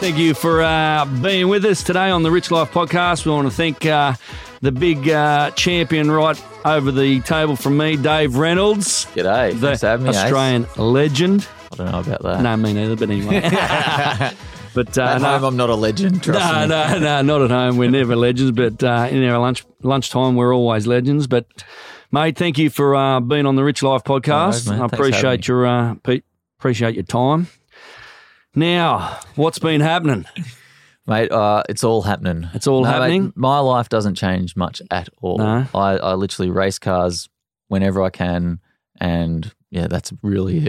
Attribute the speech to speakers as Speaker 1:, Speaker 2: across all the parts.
Speaker 1: Thank you for uh, being with us today on the Rich Life Podcast. We want to thank uh, the big uh, champion right over the table from me, Dave Reynolds.
Speaker 2: G'day.
Speaker 1: The
Speaker 2: Thanks for having me, Ace.
Speaker 1: Australian legend.
Speaker 2: I don't know about that.
Speaker 1: No, me neither, but anyway. but uh,
Speaker 2: At
Speaker 1: no,
Speaker 2: home, I'm not a legend. Trust
Speaker 1: no,
Speaker 2: me.
Speaker 1: no, no, not at home. We're never legends, but uh, in our lunch lunchtime, we're always legends. But mate, thank you for uh, being on the Rich Life podcast.
Speaker 2: No worries, mate.
Speaker 1: I
Speaker 2: Thanks for having me.
Speaker 1: appreciate your uh, pe- appreciate your time. Now, what's been happening?
Speaker 2: Mate, uh, it's all happening.
Speaker 1: It's all
Speaker 2: No, mate,
Speaker 1: happening?
Speaker 2: my life doesn't change much at all.
Speaker 1: No.
Speaker 2: I, I literally race cars whenever I can, and yeah, that's really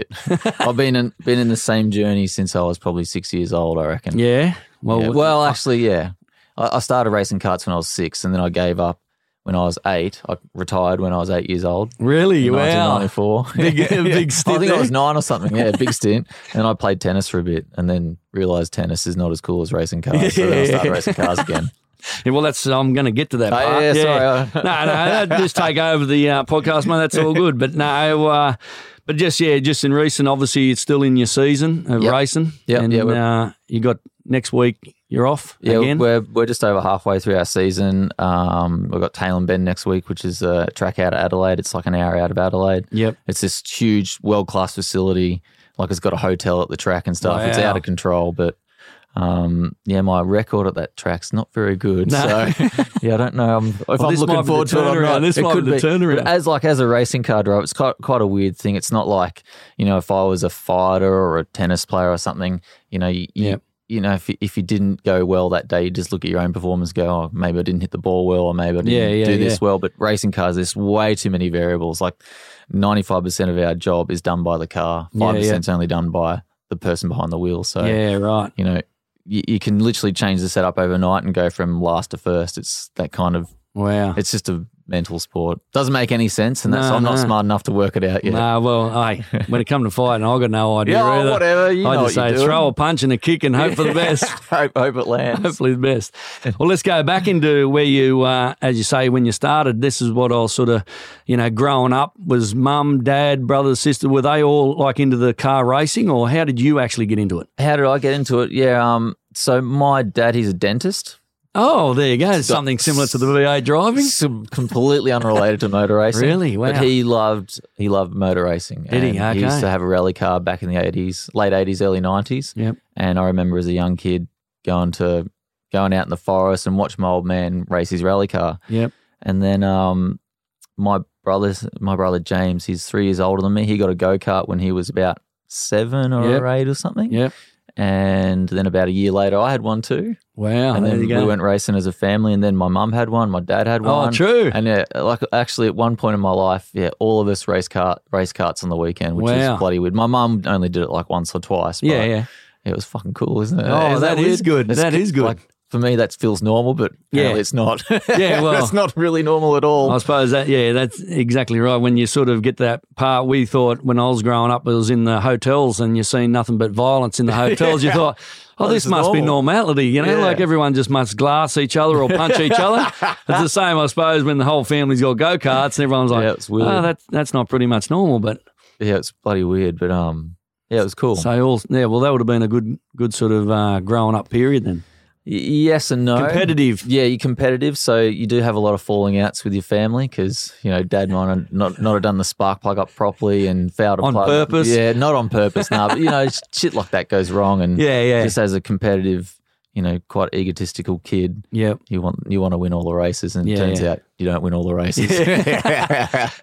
Speaker 2: it. I've been in, been in the same journey since I was probably six years old. I reckon.
Speaker 1: Yeah. Well,
Speaker 2: Yeah. Well, actually, yeah. I, I started racing karts when I was six, and then I gave up when I was eight. I retired when I was eight years old.
Speaker 1: really?
Speaker 2: in
Speaker 1: Wow.
Speaker 2: 1994.
Speaker 1: Big-
Speaker 2: Yeah.
Speaker 1: big stint
Speaker 2: I think
Speaker 1: there.
Speaker 2: I was nine or something. Yeah, big stint. And I played tennis for a bit, and then realized tennis is not as cool as racing cars. So then I started
Speaker 1: Yeah.
Speaker 2: racing cars again.
Speaker 1: Yeah, well, that's I'm going to get to that.
Speaker 2: Oh,
Speaker 1: part.
Speaker 2: yeah, sorry.
Speaker 1: no, no, that- just take over the uh, podcast, mate. That's all good. But no, uh, but just yeah, just in recent, obviously, it's still in your season of
Speaker 2: Yep.
Speaker 1: racing.
Speaker 2: Yep,
Speaker 1: and
Speaker 2: yeah, we're-
Speaker 1: uh, you got next week. You're off
Speaker 2: Yeah,
Speaker 1: again.
Speaker 2: we're we're just over halfway through our season. Um, we've got Tail and Bend next week, which is a track out of Adelaide. It's like an hour out of Adelaide.
Speaker 1: Yep.
Speaker 2: It's this huge, world class facility. Like it's got a hotel at the track and stuff. It's
Speaker 1: Wow.
Speaker 2: out of control, but um, yeah, my record at that track's not very good.
Speaker 1: No.
Speaker 2: So yeah, I don't know. I'm, if I'm
Speaker 1: this might
Speaker 2: looking
Speaker 1: be
Speaker 2: forward
Speaker 1: the
Speaker 2: to it, I'm
Speaker 1: turnaround.
Speaker 2: not.
Speaker 1: This
Speaker 2: it
Speaker 1: might
Speaker 2: could
Speaker 1: be the turnaround.
Speaker 2: But As like as a racing car driver, it's quite quite a weird thing. It's not like you know if I was a fighter or a tennis player or something. You know, you, you-
Speaker 1: Yep.
Speaker 2: you know if you- if you didn't go well that day, you just look at your own performance. and Go, oh, maybe I didn't hit the ball well, or maybe I didn't
Speaker 1: Yeah, yeah,
Speaker 2: do this
Speaker 1: yeah.
Speaker 2: well. But racing cars, there's way too many variables. Like ninety five percent of our job is done by the car.
Speaker 1: Yeah, yeah.
Speaker 2: Five percent's only done by the person behind the wheel. So
Speaker 1: yeah, right.
Speaker 2: you know, you, you can literally change the setup overnight and go from last to first. It's that kind of,
Speaker 1: Wow.
Speaker 2: it's just a mental sport. Doesn't make any sense, and that's
Speaker 1: No,
Speaker 2: I'm not
Speaker 1: no.
Speaker 2: smart enough to work it out yet.
Speaker 1: Nah, well, hey, when it come to fighting, I got no idea
Speaker 2: yeah, oh,
Speaker 1: either.
Speaker 2: whatever. You
Speaker 1: I
Speaker 2: know
Speaker 1: just
Speaker 2: what
Speaker 1: say
Speaker 2: you're doing.
Speaker 1: throw a punch and a kick and hope for the best.
Speaker 2: hope, hope it lands.
Speaker 1: Hopefully the best. Well, let's go back into where you, uh, as you say, when you started. This is what I was sort of, you know, growing up was mum, dad, brother, sister. Were they all like into the car racing, or how did you actually get into it?
Speaker 2: How did I get into it? Yeah. Um. So my dad, he's a dentist.
Speaker 1: Oh, there you go. Something similar to the V8 driving.
Speaker 2: Some completely unrelated to motor racing.
Speaker 1: Really? Wow.
Speaker 2: But he loved he loved motor racing.
Speaker 1: Did he?
Speaker 2: And used
Speaker 1: Okay.
Speaker 2: to have a rally car back in the eighties, late eighties, early nineties.
Speaker 1: Yep.
Speaker 2: And I remember as a young kid going to going out in the forest and watch my old man race his rally car.
Speaker 1: Yep.
Speaker 2: And then um, my brother, my brother James, he's three years older than me. He got a go kart when he was about seven or
Speaker 1: Yep.
Speaker 2: eight or something.
Speaker 1: Yep.
Speaker 2: And then about a year later, I had one too.
Speaker 1: Wow.
Speaker 2: and
Speaker 1: Oh, there
Speaker 2: then
Speaker 1: you
Speaker 2: we
Speaker 1: go.
Speaker 2: went racing as a family. And then my mum had one, my dad had one.
Speaker 1: oh, true.
Speaker 2: And yeah, like actually, at one point in my life, yeah, all of us race cart race carts on the weekend, which
Speaker 1: Wow.
Speaker 2: is bloody weird. My mum only did it like once or twice. But
Speaker 1: Yeah, yeah.
Speaker 2: it was fucking cool, isn't it?
Speaker 1: Oh,
Speaker 2: Isn't
Speaker 1: that is
Speaker 2: weird?
Speaker 1: good.
Speaker 2: It's
Speaker 1: That is good.
Speaker 2: Like, for me, that feels normal, but
Speaker 1: Yeah.
Speaker 2: yeah, it's not.
Speaker 1: Yeah, well-
Speaker 2: it's not really normal at all.
Speaker 1: I suppose that yeah, that's exactly right. When you sort of get that part, we thought when I was growing up, it was in the hotels, and you're seeing nothing but violence in the hotels. You thought, oh,
Speaker 2: Oh,
Speaker 1: this,
Speaker 2: this is
Speaker 1: must be
Speaker 2: normal."
Speaker 1: normality, you know,
Speaker 2: Yeah.
Speaker 1: like everyone just must glass each other or punch each other. It's the same, I suppose, when the whole family's got go karts and everyone's like,
Speaker 2: Yeah, it's weird.
Speaker 1: oh, that's that's not pretty much normal. But
Speaker 2: yeah, it's bloody weird, but um, yeah, it was cool.
Speaker 1: so all yeah, well, that would have been a good good sort of uh, growing up period then.
Speaker 2: Y- yes and no.
Speaker 1: Competitive.
Speaker 2: Yeah, you're competitive, so you do have a lot of falling outs with your family because you know dad might have not not have done the spark plug up properly and failed to
Speaker 1: On
Speaker 2: plug-
Speaker 1: purpose?
Speaker 2: Yeah, not on purpose. no, but you know shit like that goes wrong, and
Speaker 1: Yeah, yeah.
Speaker 2: Mm. just as a competitive, you know, quite egotistical kid,
Speaker 1: Yeah.
Speaker 2: you want you want to win all the races, and
Speaker 1: Yeah,
Speaker 2: it turns
Speaker 1: yeah.
Speaker 2: out you don't win all the races.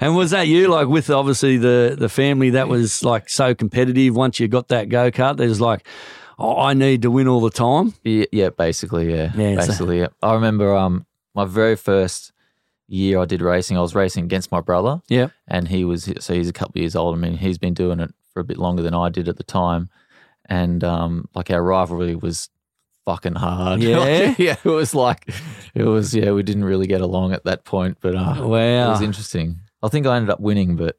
Speaker 1: And was that you, like with obviously the the family that was like so competitive? Once you got that go kart, there's like, oh, I need to win all the time.
Speaker 2: Yeah, yeah, basically, yeah,
Speaker 1: Yeah, so-
Speaker 2: basically, yeah. I remember um my very first year I did racing, I was racing against my brother,
Speaker 1: Yep.
Speaker 2: and he was so he's a couple of years older. I mean, he's been doing it for a bit longer than I did at the time, and um like our rivalry was fucking hard.
Speaker 1: Yeah?
Speaker 2: yeah, it was like it was yeah we didn't really get along at that point, but uh, it
Speaker 1: Oh, Wow,
Speaker 2: was interesting. I think I ended up winning, but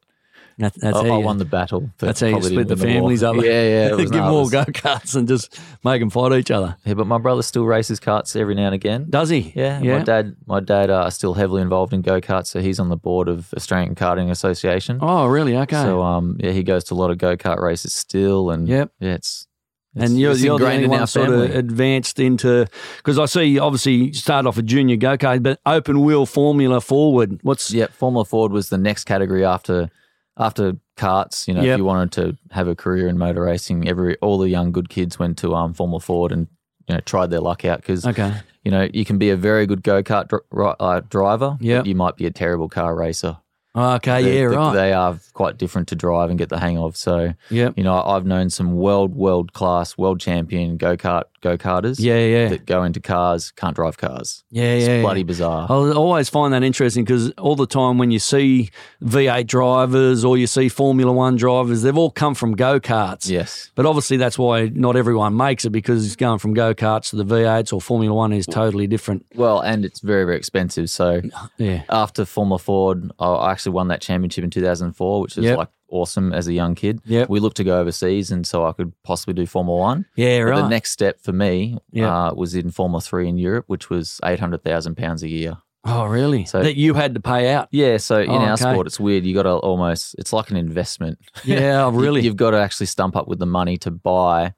Speaker 1: that, that's
Speaker 2: I,
Speaker 1: how
Speaker 2: I
Speaker 1: you
Speaker 2: won the battle. but
Speaker 1: that's how you
Speaker 2: probably didn't
Speaker 1: split the
Speaker 2: win war.
Speaker 1: families up.
Speaker 2: Yeah, yeah. it was-
Speaker 1: give them
Speaker 2: no, it
Speaker 1: all
Speaker 2: was-
Speaker 1: go karts and just make them fight each other.
Speaker 2: Yeah, but my brother still races karts every now and again.
Speaker 1: Does he?
Speaker 2: Yeah,
Speaker 1: yeah.
Speaker 2: my dad, my dad uh, is still heavily involved in go karts, so he's on the board of Australian Karting Association. uh,
Speaker 1: Oh, really? Okay.
Speaker 2: So um, yeah, he goes to a lot of go kart races still, and
Speaker 1: Yep.
Speaker 2: yeah, it's It's-
Speaker 1: and you're,
Speaker 2: it's
Speaker 1: you're the
Speaker 2: ingrained
Speaker 1: only
Speaker 2: in
Speaker 1: one
Speaker 2: our
Speaker 1: sort
Speaker 2: family.
Speaker 1: of advanced into because I see obviously you started off a junior go kart, but open wheel Formula Forward. What's
Speaker 2: Yep, Formula Ford was the next category after after carts. You know,
Speaker 1: Yep.
Speaker 2: if you wanted to have a career in motor racing, every all the young good kids went to um Formula Ford and you know tried their luck out because
Speaker 1: okay?
Speaker 2: you know you can be a very good go kart dr- ri- uh, driver. but
Speaker 1: Yep.
Speaker 2: you might be a terrible car racer.
Speaker 1: Oh, Okay,
Speaker 2: They-
Speaker 1: Uh, yeah,
Speaker 2: they-
Speaker 1: right.
Speaker 2: They are quite different to drive and get the hang of. So
Speaker 1: yep.
Speaker 2: you know, I've known some world world class world champion go kart go karters.
Speaker 1: Yeah, yeah,
Speaker 2: That go into cars, can't drive cars.
Speaker 1: yeah, yeah. Oh,
Speaker 2: It's
Speaker 1: yeah.
Speaker 2: bloody bizarre.
Speaker 1: I always find that interesting because all the time when you see V8 drivers or you see Formula One drivers, they've all come from go karts.
Speaker 2: Yes.
Speaker 1: But obviously, that's why not everyone makes it because going from go karts to the V8s or Formula One is totally different.
Speaker 2: Well, and it's very very expensive. So
Speaker 1: Yeah.
Speaker 2: after Formula Ford, I- I actually won that championship in 2004, which was
Speaker 1: Yep.
Speaker 2: like awesome as a young kid.
Speaker 1: Yep.
Speaker 2: We looked to go overseas, and so I could possibly do Formula One.
Speaker 1: Yeah,
Speaker 2: But
Speaker 1: right.
Speaker 2: The next step for me
Speaker 1: Yep.
Speaker 2: uh, was in Formula Three in Europe, which was eight hundred thousand pounds a year.
Speaker 1: oh, really?
Speaker 2: So-
Speaker 1: that you had to pay out.
Speaker 2: Yeah, so in
Speaker 1: Oh,
Speaker 2: our
Speaker 1: okay.
Speaker 2: sport, it's weird. You got to almost it's like an investment.
Speaker 1: Yeah, oh,
Speaker 2: You-
Speaker 1: really.
Speaker 2: You've got to actually stump up with the money to buy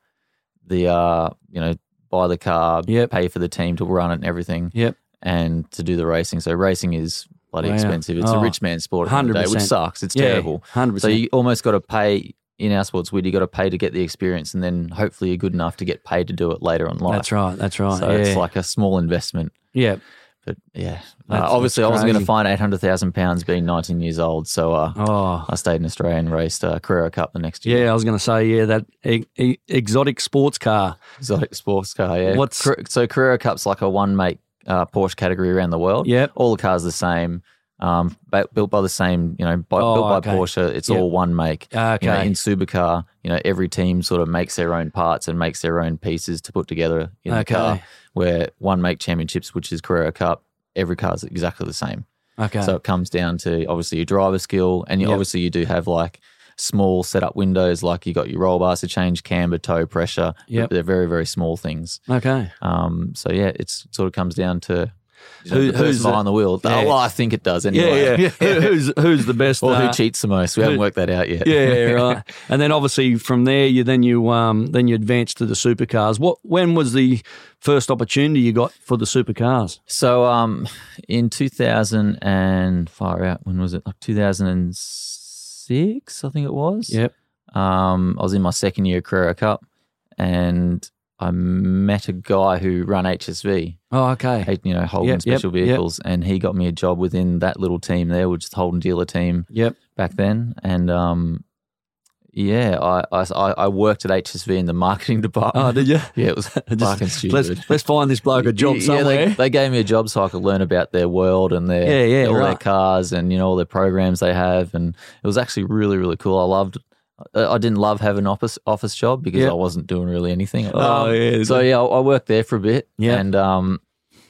Speaker 2: the uh, you know, buy the car,
Speaker 1: Yep.
Speaker 2: pay for the team to run it and everything.
Speaker 1: Yep.
Speaker 2: And to do the racing. So racing is bloody
Speaker 1: Wow.
Speaker 2: expensive. It's
Speaker 1: Oh,
Speaker 2: a rich man's sport at the end of the day, which
Speaker 1: 100%.
Speaker 2: sucks. It's
Speaker 1: Yeah,
Speaker 2: terrible.
Speaker 1: 100%.
Speaker 2: So you almost got to pay in our sports weird, you got to pay to get the experience and then hopefully you're good enough to get paid to do it later on life.
Speaker 1: that's right. That's right.
Speaker 2: So
Speaker 1: yeah.
Speaker 2: it's like a small investment.
Speaker 1: yeah.
Speaker 2: But yeah, Uh,
Speaker 1: That's-
Speaker 2: obviously
Speaker 1: that's
Speaker 2: I wasn't going
Speaker 1: crazy.
Speaker 2: to find eight hundred thousand pounds being nineteen years old. So uh,
Speaker 1: Oh.
Speaker 2: I stayed in Australia and raced uh, Carrera Cup the next year.
Speaker 1: Yeah, I was going to say, yeah, that e- e- exotic sports car.
Speaker 2: exotic sports car. Yeah.
Speaker 1: What's-
Speaker 2: Car- so Carrera Cup's like a one make uh, Porsche category around the world.
Speaker 1: Yep.
Speaker 2: All the cars the same, um, ba- built by the same, you know, by,
Speaker 1: Oh,
Speaker 2: built by
Speaker 1: okay.
Speaker 2: Porsche. It's
Speaker 1: Yep.
Speaker 2: all one make.
Speaker 1: Okay.
Speaker 2: You know, in supercar, you know, every team sort of makes their own parts and makes their own pieces to put together in the
Speaker 1: Okay.
Speaker 2: car. Where one make championships, which is Carrera Cup, every car's exactly the same.
Speaker 1: okay.
Speaker 2: So it comes down to obviously your driver skill, and you,
Speaker 1: Yep.
Speaker 2: obviously you do have like small setup windows, like you got your roll bars to change camber, toe pressure. Yeah,
Speaker 1: Yep.
Speaker 2: They're very very small things.
Speaker 1: okay.
Speaker 2: Um, so yeah, it's it sort of comes down to you know,
Speaker 1: Who-
Speaker 2: the person
Speaker 1: who's the-
Speaker 2: behind the wheel.
Speaker 1: Yeah.
Speaker 2: Oh, well, I think it does anyway.
Speaker 1: Who- who's who's the best?
Speaker 2: or
Speaker 1: uh,
Speaker 2: who cheats the most? We haven't
Speaker 1: who-
Speaker 2: worked that out yet.
Speaker 1: Yeah, right. And then obviously from there, you then you um then you advance to the supercars. What when was the first opportunity you got for the supercars?
Speaker 2: So um, in 2000 and far out, when was it? Like 2006, I think it was.
Speaker 1: Yep.
Speaker 2: Um, I was in my second year of Carrera Cup, and I met a guy who ran HSV,
Speaker 1: Oh, okay.
Speaker 2: you know, Holden
Speaker 1: Yep, yep,
Speaker 2: Special
Speaker 1: yep.
Speaker 2: Vehicles, and he got me a job within that little team there, which is the Holden dealer team
Speaker 1: Yep.
Speaker 2: back then, and um, yeah, I I, I worked at HSV in the marketing department.
Speaker 1: Oh, did you?
Speaker 2: yeah, it was fucking stupid.
Speaker 1: Let's let's find this bloke a job
Speaker 2: Yeah,
Speaker 1: somewhere.
Speaker 2: they, they gave me a job so I could learn about their world and their
Speaker 1: Yeah, yeah,
Speaker 2: all their
Speaker 1: right.
Speaker 2: cars and you know all their programs they have, and it was actually really really cool. I loved. I I didn't love having an office office job because
Speaker 1: Yeah.
Speaker 2: I wasn't doing really anything.
Speaker 1: Oh,
Speaker 2: Um,
Speaker 1: yeah.
Speaker 2: So yeah, I I worked there for a bit.
Speaker 1: Yeah.
Speaker 2: And um,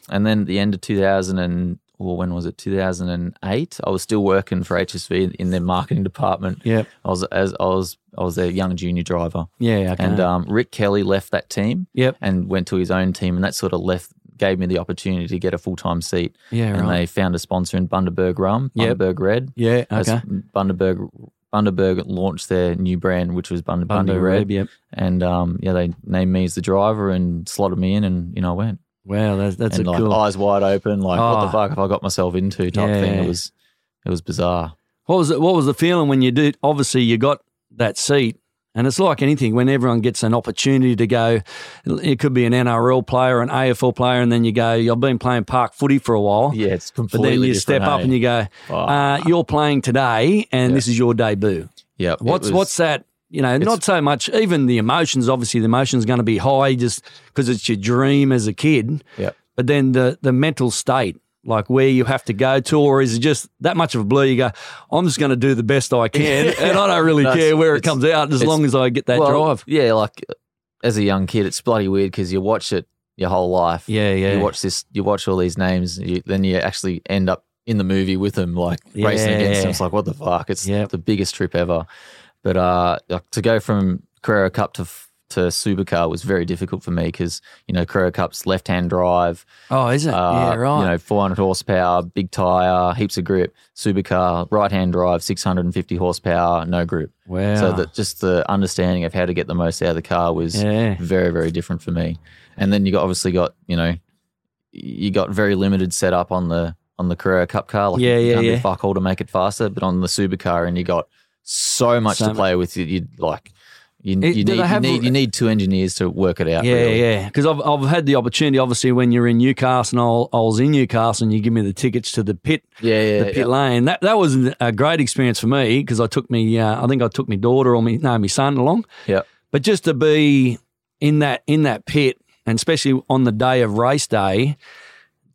Speaker 2: and then at the end of two thousand and well, when was it? Two thousand and eight. I was still working for HSV in- in their marketing department.
Speaker 1: Yep.
Speaker 2: I was as I was I was their young junior driver.
Speaker 1: Yeah. Okay.
Speaker 2: And um, Rick Kelly left that team
Speaker 1: Uh-huh. yep.
Speaker 2: and went to his own team, and that sort of left gave me the opportunity to get a full time seat.
Speaker 1: Yeah.
Speaker 2: And
Speaker 1: Right.
Speaker 2: they found a sponsor in Bundaberg Rum,
Speaker 1: Yep.
Speaker 2: Bundaberg Red.
Speaker 1: yeah.
Speaker 2: As
Speaker 1: Okay.
Speaker 2: Bundaberg Bundaberg launched their new brand, which was Bund- Bundy
Speaker 1: Bundy
Speaker 2: Red,
Speaker 1: Reb, Yep.
Speaker 2: and um, yeah, they named me as the driver and slotted me in, and you know, I went
Speaker 1: Wow. That's that's
Speaker 2: and
Speaker 1: a
Speaker 2: like
Speaker 1: cool.
Speaker 2: eyes wide open, like what
Speaker 1: Oh.
Speaker 2: the fuck have I got myself into type thing.
Speaker 1: Yeah.
Speaker 2: It was it was bizarre.
Speaker 1: What was it, what was the feeling when you did? Obviously, you got that seat, and it's like anything when everyone gets an opportunity to go. It could be an NRL player, an AFL player, and then you go. I've been playing park footy for a while,
Speaker 2: Yeah, it's
Speaker 1: but
Speaker 2: completely.
Speaker 1: then you step up and you go. Uh, you're playing today, and
Speaker 2: Oh. Yeah.
Speaker 1: this is your debut.
Speaker 2: yeah. it
Speaker 1: What's
Speaker 2: was-
Speaker 1: what's that? You know, not so much. Even the emotions. Obviously, the emotions going to be high just because it's your dream as a kid.
Speaker 2: Yep.
Speaker 1: But then the the mental state, like where you have to go to, or is it just that much of a blur? You go, I'm just going to do the best I can, and I don't really
Speaker 2: No, it's-
Speaker 1: care where it
Speaker 2: it's-
Speaker 1: comes out as
Speaker 2: it's-
Speaker 1: long as I get that
Speaker 2: Well,
Speaker 1: drive.
Speaker 2: Yeah, like as a young kid, it's bloody weird because you watch it your whole life.
Speaker 1: Yeah, yeah.
Speaker 2: You watch this, you watch all these names, you, then you actually end up in the movie with them, like racing against
Speaker 1: Yeah.
Speaker 2: them. It's like, what the fuck? It's
Speaker 1: Yep.
Speaker 2: the biggest trip ever. But uh, like, to go from Carrera Cup to f- to supercar was very difficult for me because you know Courier Cup's left hand drive,
Speaker 1: Oh, is it?
Speaker 2: uh,
Speaker 1: yeah, right.
Speaker 2: you know 400 horsepower, big tire, heaps of grip. Supercar right hand drive, 650 horsepower, no grip.
Speaker 1: wow.
Speaker 2: So that just the understanding of how to get the most out of the car was
Speaker 1: yeah.
Speaker 2: very very different for me. And then you got obviously got you know you got very limited setup on the on the Carrera Cup car. Like
Speaker 1: Yeah,
Speaker 2: you
Speaker 1: yeah,
Speaker 2: can't
Speaker 1: yeah.
Speaker 2: Do fuck all to make it faster, but on the supercar, and you got so much
Speaker 1: So
Speaker 2: to
Speaker 1: mu-
Speaker 2: play with. You, you like you,
Speaker 1: It-
Speaker 2: you
Speaker 1: do
Speaker 2: need
Speaker 1: they have-
Speaker 2: you need you need two engineers to work it out.
Speaker 1: Yeah,
Speaker 2: really.
Speaker 1: yeah. Because I've, I've had the opportunity, obviously, when you're in Newcastle, and I'll- I was in Newcastle, and you give me the tickets to the pit,
Speaker 2: yeah, yeah.
Speaker 1: the pit lane. That that was a great experience for me because I took me, uh, I think I took my daughter or me, no, my son along.
Speaker 2: Yep.
Speaker 1: But just to be in that in that pit, and especially on the day of race day,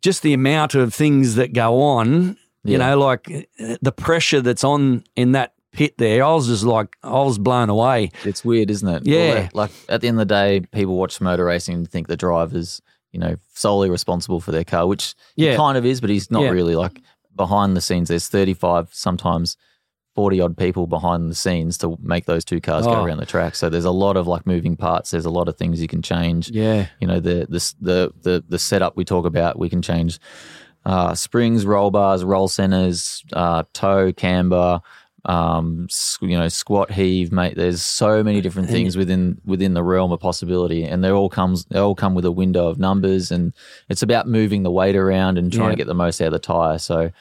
Speaker 1: just the amount of things that go on,
Speaker 2: Yeah.
Speaker 1: you know, like uh, the pressure that's on in that pit there. I was just like, I was blown away.
Speaker 2: It's weird, isn't it? All
Speaker 1: Yeah.
Speaker 2: that- like at the end of the day, people watch motor racing and think the driver's, you know, solely responsible for their car, which he
Speaker 1: Yeah.
Speaker 2: kind of is, but he's not
Speaker 1: Yeah.
Speaker 2: really. Like behind the scenes, there's 35, sometimes 40 odd people behind the scenes to make those two cars
Speaker 1: Oh.
Speaker 2: go around the track. So there's a lot of like moving parts. There's a lot of things you can change
Speaker 1: Yeah.
Speaker 2: you know the the the the, the setup we talk about we can change uh, springs roll bars roll centers uh, toe camber um, s- you know squat heave mate there's so many different things within within the realm of possibility and they all comes they all come with a window of numbers and it's about moving the weight around and trying
Speaker 1: Yeah.
Speaker 2: to get the most out of the tire so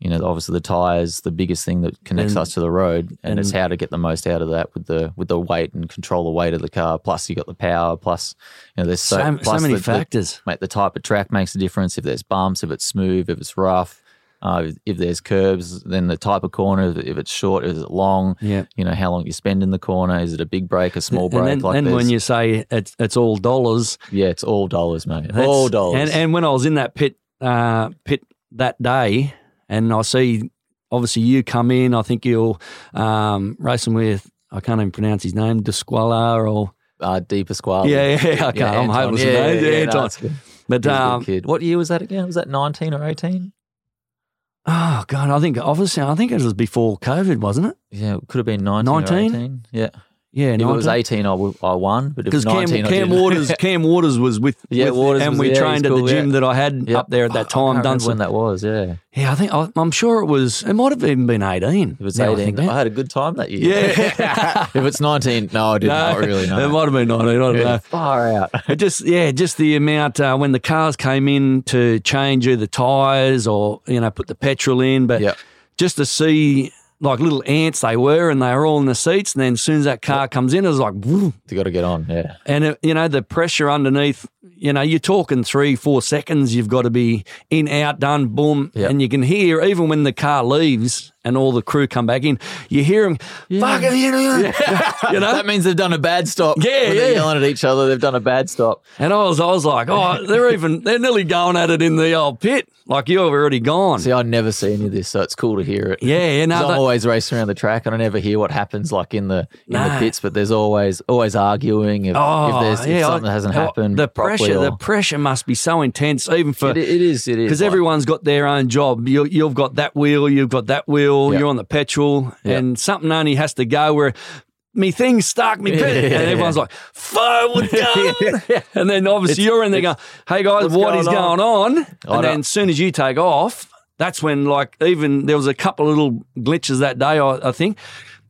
Speaker 2: you know obviously the tire is the biggest thing that connects
Speaker 1: And-
Speaker 2: us to the road and, it's
Speaker 1: and-
Speaker 2: how to get the most out of that with the with the weight and control the weight of the car plus you got the power plus you know there's
Speaker 1: So,
Speaker 2: so,
Speaker 1: so,
Speaker 2: plus
Speaker 1: many
Speaker 2: the, the-
Speaker 1: factors.
Speaker 2: mate, the type of track makes a difference. If there's bumps, if it's smooth, if it's rough, uh, if, if there's curbs, then the type of corner. If, if it's short, is it long?
Speaker 1: yeah.
Speaker 2: You know how long you spend in the corner. Is it a big break, a small break?
Speaker 1: And then, then
Speaker 2: there's-
Speaker 1: when you say it's, it's all dollars,
Speaker 2: yeah, it's all dollars, mate.
Speaker 1: that's-
Speaker 2: All dollars.
Speaker 1: And, and when I was in that pit uh, pit that day, and I see obviously you come in, I think you're um, racing with I can't even pronounce his name, Desquala or
Speaker 2: uh, De Pasquale.
Speaker 1: yeah, yeah, yeah, okay, I'm
Speaker 2: Anton.
Speaker 1: hopeless with
Speaker 2: Yeah,
Speaker 1: names.
Speaker 2: yeah,
Speaker 1: Yeah,
Speaker 2: yeah, no,
Speaker 1: Anton.
Speaker 2: it's good.
Speaker 1: but
Speaker 2: He's a good
Speaker 1: um,
Speaker 2: kid. What year was that again? Was that 19 or 18?
Speaker 1: oh god, I think obviously I think it was before COVID, wasn't it?
Speaker 2: Yeah, it could have been 19.
Speaker 1: 19?
Speaker 2: 19? Or 18. Yeah.
Speaker 1: Yeah,
Speaker 2: If it was
Speaker 1: 19.
Speaker 2: 18, I, w- I won. But if
Speaker 1: Because
Speaker 2: 19,
Speaker 1: Cam,
Speaker 2: I
Speaker 1: Cam
Speaker 2: didn't.
Speaker 1: Waters, Cam Waters was with,
Speaker 2: Yeah,
Speaker 1: with-
Speaker 2: Waters
Speaker 1: and
Speaker 2: was-
Speaker 1: we
Speaker 2: yeah, he's
Speaker 1: trained at
Speaker 2: cool,
Speaker 1: the
Speaker 2: yeah.
Speaker 1: gym that I had
Speaker 2: Yeah.
Speaker 1: up there at
Speaker 2: I- I
Speaker 1: that
Speaker 2: can't
Speaker 1: time.
Speaker 2: remember
Speaker 1: Done
Speaker 2: when
Speaker 1: some,
Speaker 2: that was. Yeah.
Speaker 1: yeah, I think I, I'm sure it was. It might have even been 18.
Speaker 2: It was
Speaker 1: now I
Speaker 2: 18.
Speaker 1: think
Speaker 2: I,
Speaker 1: about it.
Speaker 2: had a good time that year.
Speaker 1: Yeah.
Speaker 2: if it's 19, no, I didn't. not
Speaker 1: Uh,
Speaker 2: really.
Speaker 1: It uh,
Speaker 2: No.
Speaker 1: might have been 19. I don't
Speaker 2: Yeah,
Speaker 1: know.
Speaker 2: Far out.
Speaker 1: It just, yeah, just the amount uh, when the cars came in to change either tyres or, you know, put the petrol in. But
Speaker 2: Yeah.
Speaker 1: just to see like little ants they were and they were all in the seats. And then as soon as that car comes in, it was like, woo.
Speaker 2: You got to get on. Yeah.
Speaker 1: and, it, you know, the pressure underneath, you know, you're talking three, four seconds. You've got to be in, out, done, boom.
Speaker 2: Yeah.
Speaker 1: And you can hear, even when the car leaves and all the crew come back in, you hear them, fucking, you know.
Speaker 2: That means they've done a bad stop.
Speaker 1: Yeah,
Speaker 2: When They're
Speaker 1: yeah.
Speaker 2: yelling at each other. They've done a bad stop.
Speaker 1: And I was, I was like, oh, they're even, they're nearly going at it in the old pit. Like you're already gone.
Speaker 2: See, I never see any of this, so it's cool to hear it.
Speaker 1: yeah, yeah,
Speaker 2: 'Cause
Speaker 1: no,
Speaker 2: I'm
Speaker 1: that-
Speaker 2: always racing around the track, and I never hear what happens like in the in the
Speaker 1: Nah.
Speaker 2: pits. But there's always always arguing if,
Speaker 1: oh,
Speaker 2: if there's if
Speaker 1: yeah, I-
Speaker 2: something that hasn't
Speaker 1: oh,
Speaker 2: happened.
Speaker 1: The
Speaker 2: properly
Speaker 1: pressure, the
Speaker 2: or-
Speaker 1: pressure must be so intense, even for
Speaker 2: it, it is it is
Speaker 1: because
Speaker 2: like-
Speaker 1: everyone's got their own job. You, you've got that wheel, you've got that wheel.
Speaker 2: Yeah.
Speaker 1: You're on the petrol,
Speaker 2: Yeah.
Speaker 1: and something only has to go where. Me thing stuck, me
Speaker 2: Yeah,
Speaker 1: pit,
Speaker 2: yeah,
Speaker 1: and
Speaker 2: yeah.
Speaker 1: everyone's like, "Forward, gun!" and then obviously you're in there going, "Hey guys,
Speaker 2: what's
Speaker 1: what
Speaker 2: going
Speaker 1: is
Speaker 2: on?"
Speaker 1: going on?"
Speaker 2: don't-
Speaker 1: And then as soon as you take off, that's when like even there was a couple of little glitches that day, I, I think.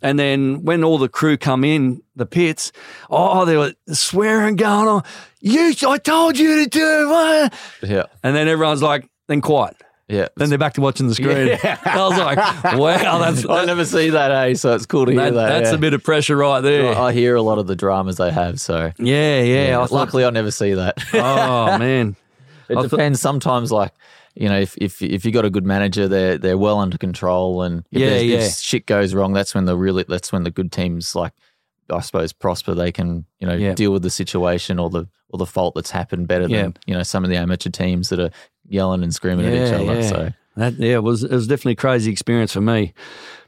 Speaker 1: And then when all the crew come in the pits, oh, there was swearing going on. You, I told you to do it. what?"
Speaker 2: yeah
Speaker 1: And then everyone's like, then quiet.
Speaker 2: yeah.
Speaker 1: Then they're back to watching the screen.
Speaker 2: Yeah.
Speaker 1: I was like, wow, that's
Speaker 2: I
Speaker 1: that,
Speaker 2: never see that, eh? So it's cool to hear that.
Speaker 1: that's
Speaker 2: yeah.
Speaker 1: a bit of pressure right there.
Speaker 2: I I hear a lot of the dramas they have, so
Speaker 1: yeah, yeah. I thought,
Speaker 2: luckily I never see that.
Speaker 1: oh man,
Speaker 2: it
Speaker 1: I thought-
Speaker 2: depends. Sometimes, like you know, if if if you got a good manager, they're they're well under control, and if,
Speaker 1: Yeah,
Speaker 2: there's-
Speaker 1: yeah.
Speaker 2: if shit goes wrong, that's when the really that's when the good teams like I suppose prosper. They can you know
Speaker 1: Yeah.
Speaker 2: deal with the situation or the or the fault that's happened better
Speaker 1: Yeah.
Speaker 2: than you know some of the amateur teams that are yelling and screaming at each
Speaker 1: Yeah,
Speaker 2: other.
Speaker 1: yeah.
Speaker 2: So
Speaker 1: that yeah, it was it was definitely a crazy experience for me.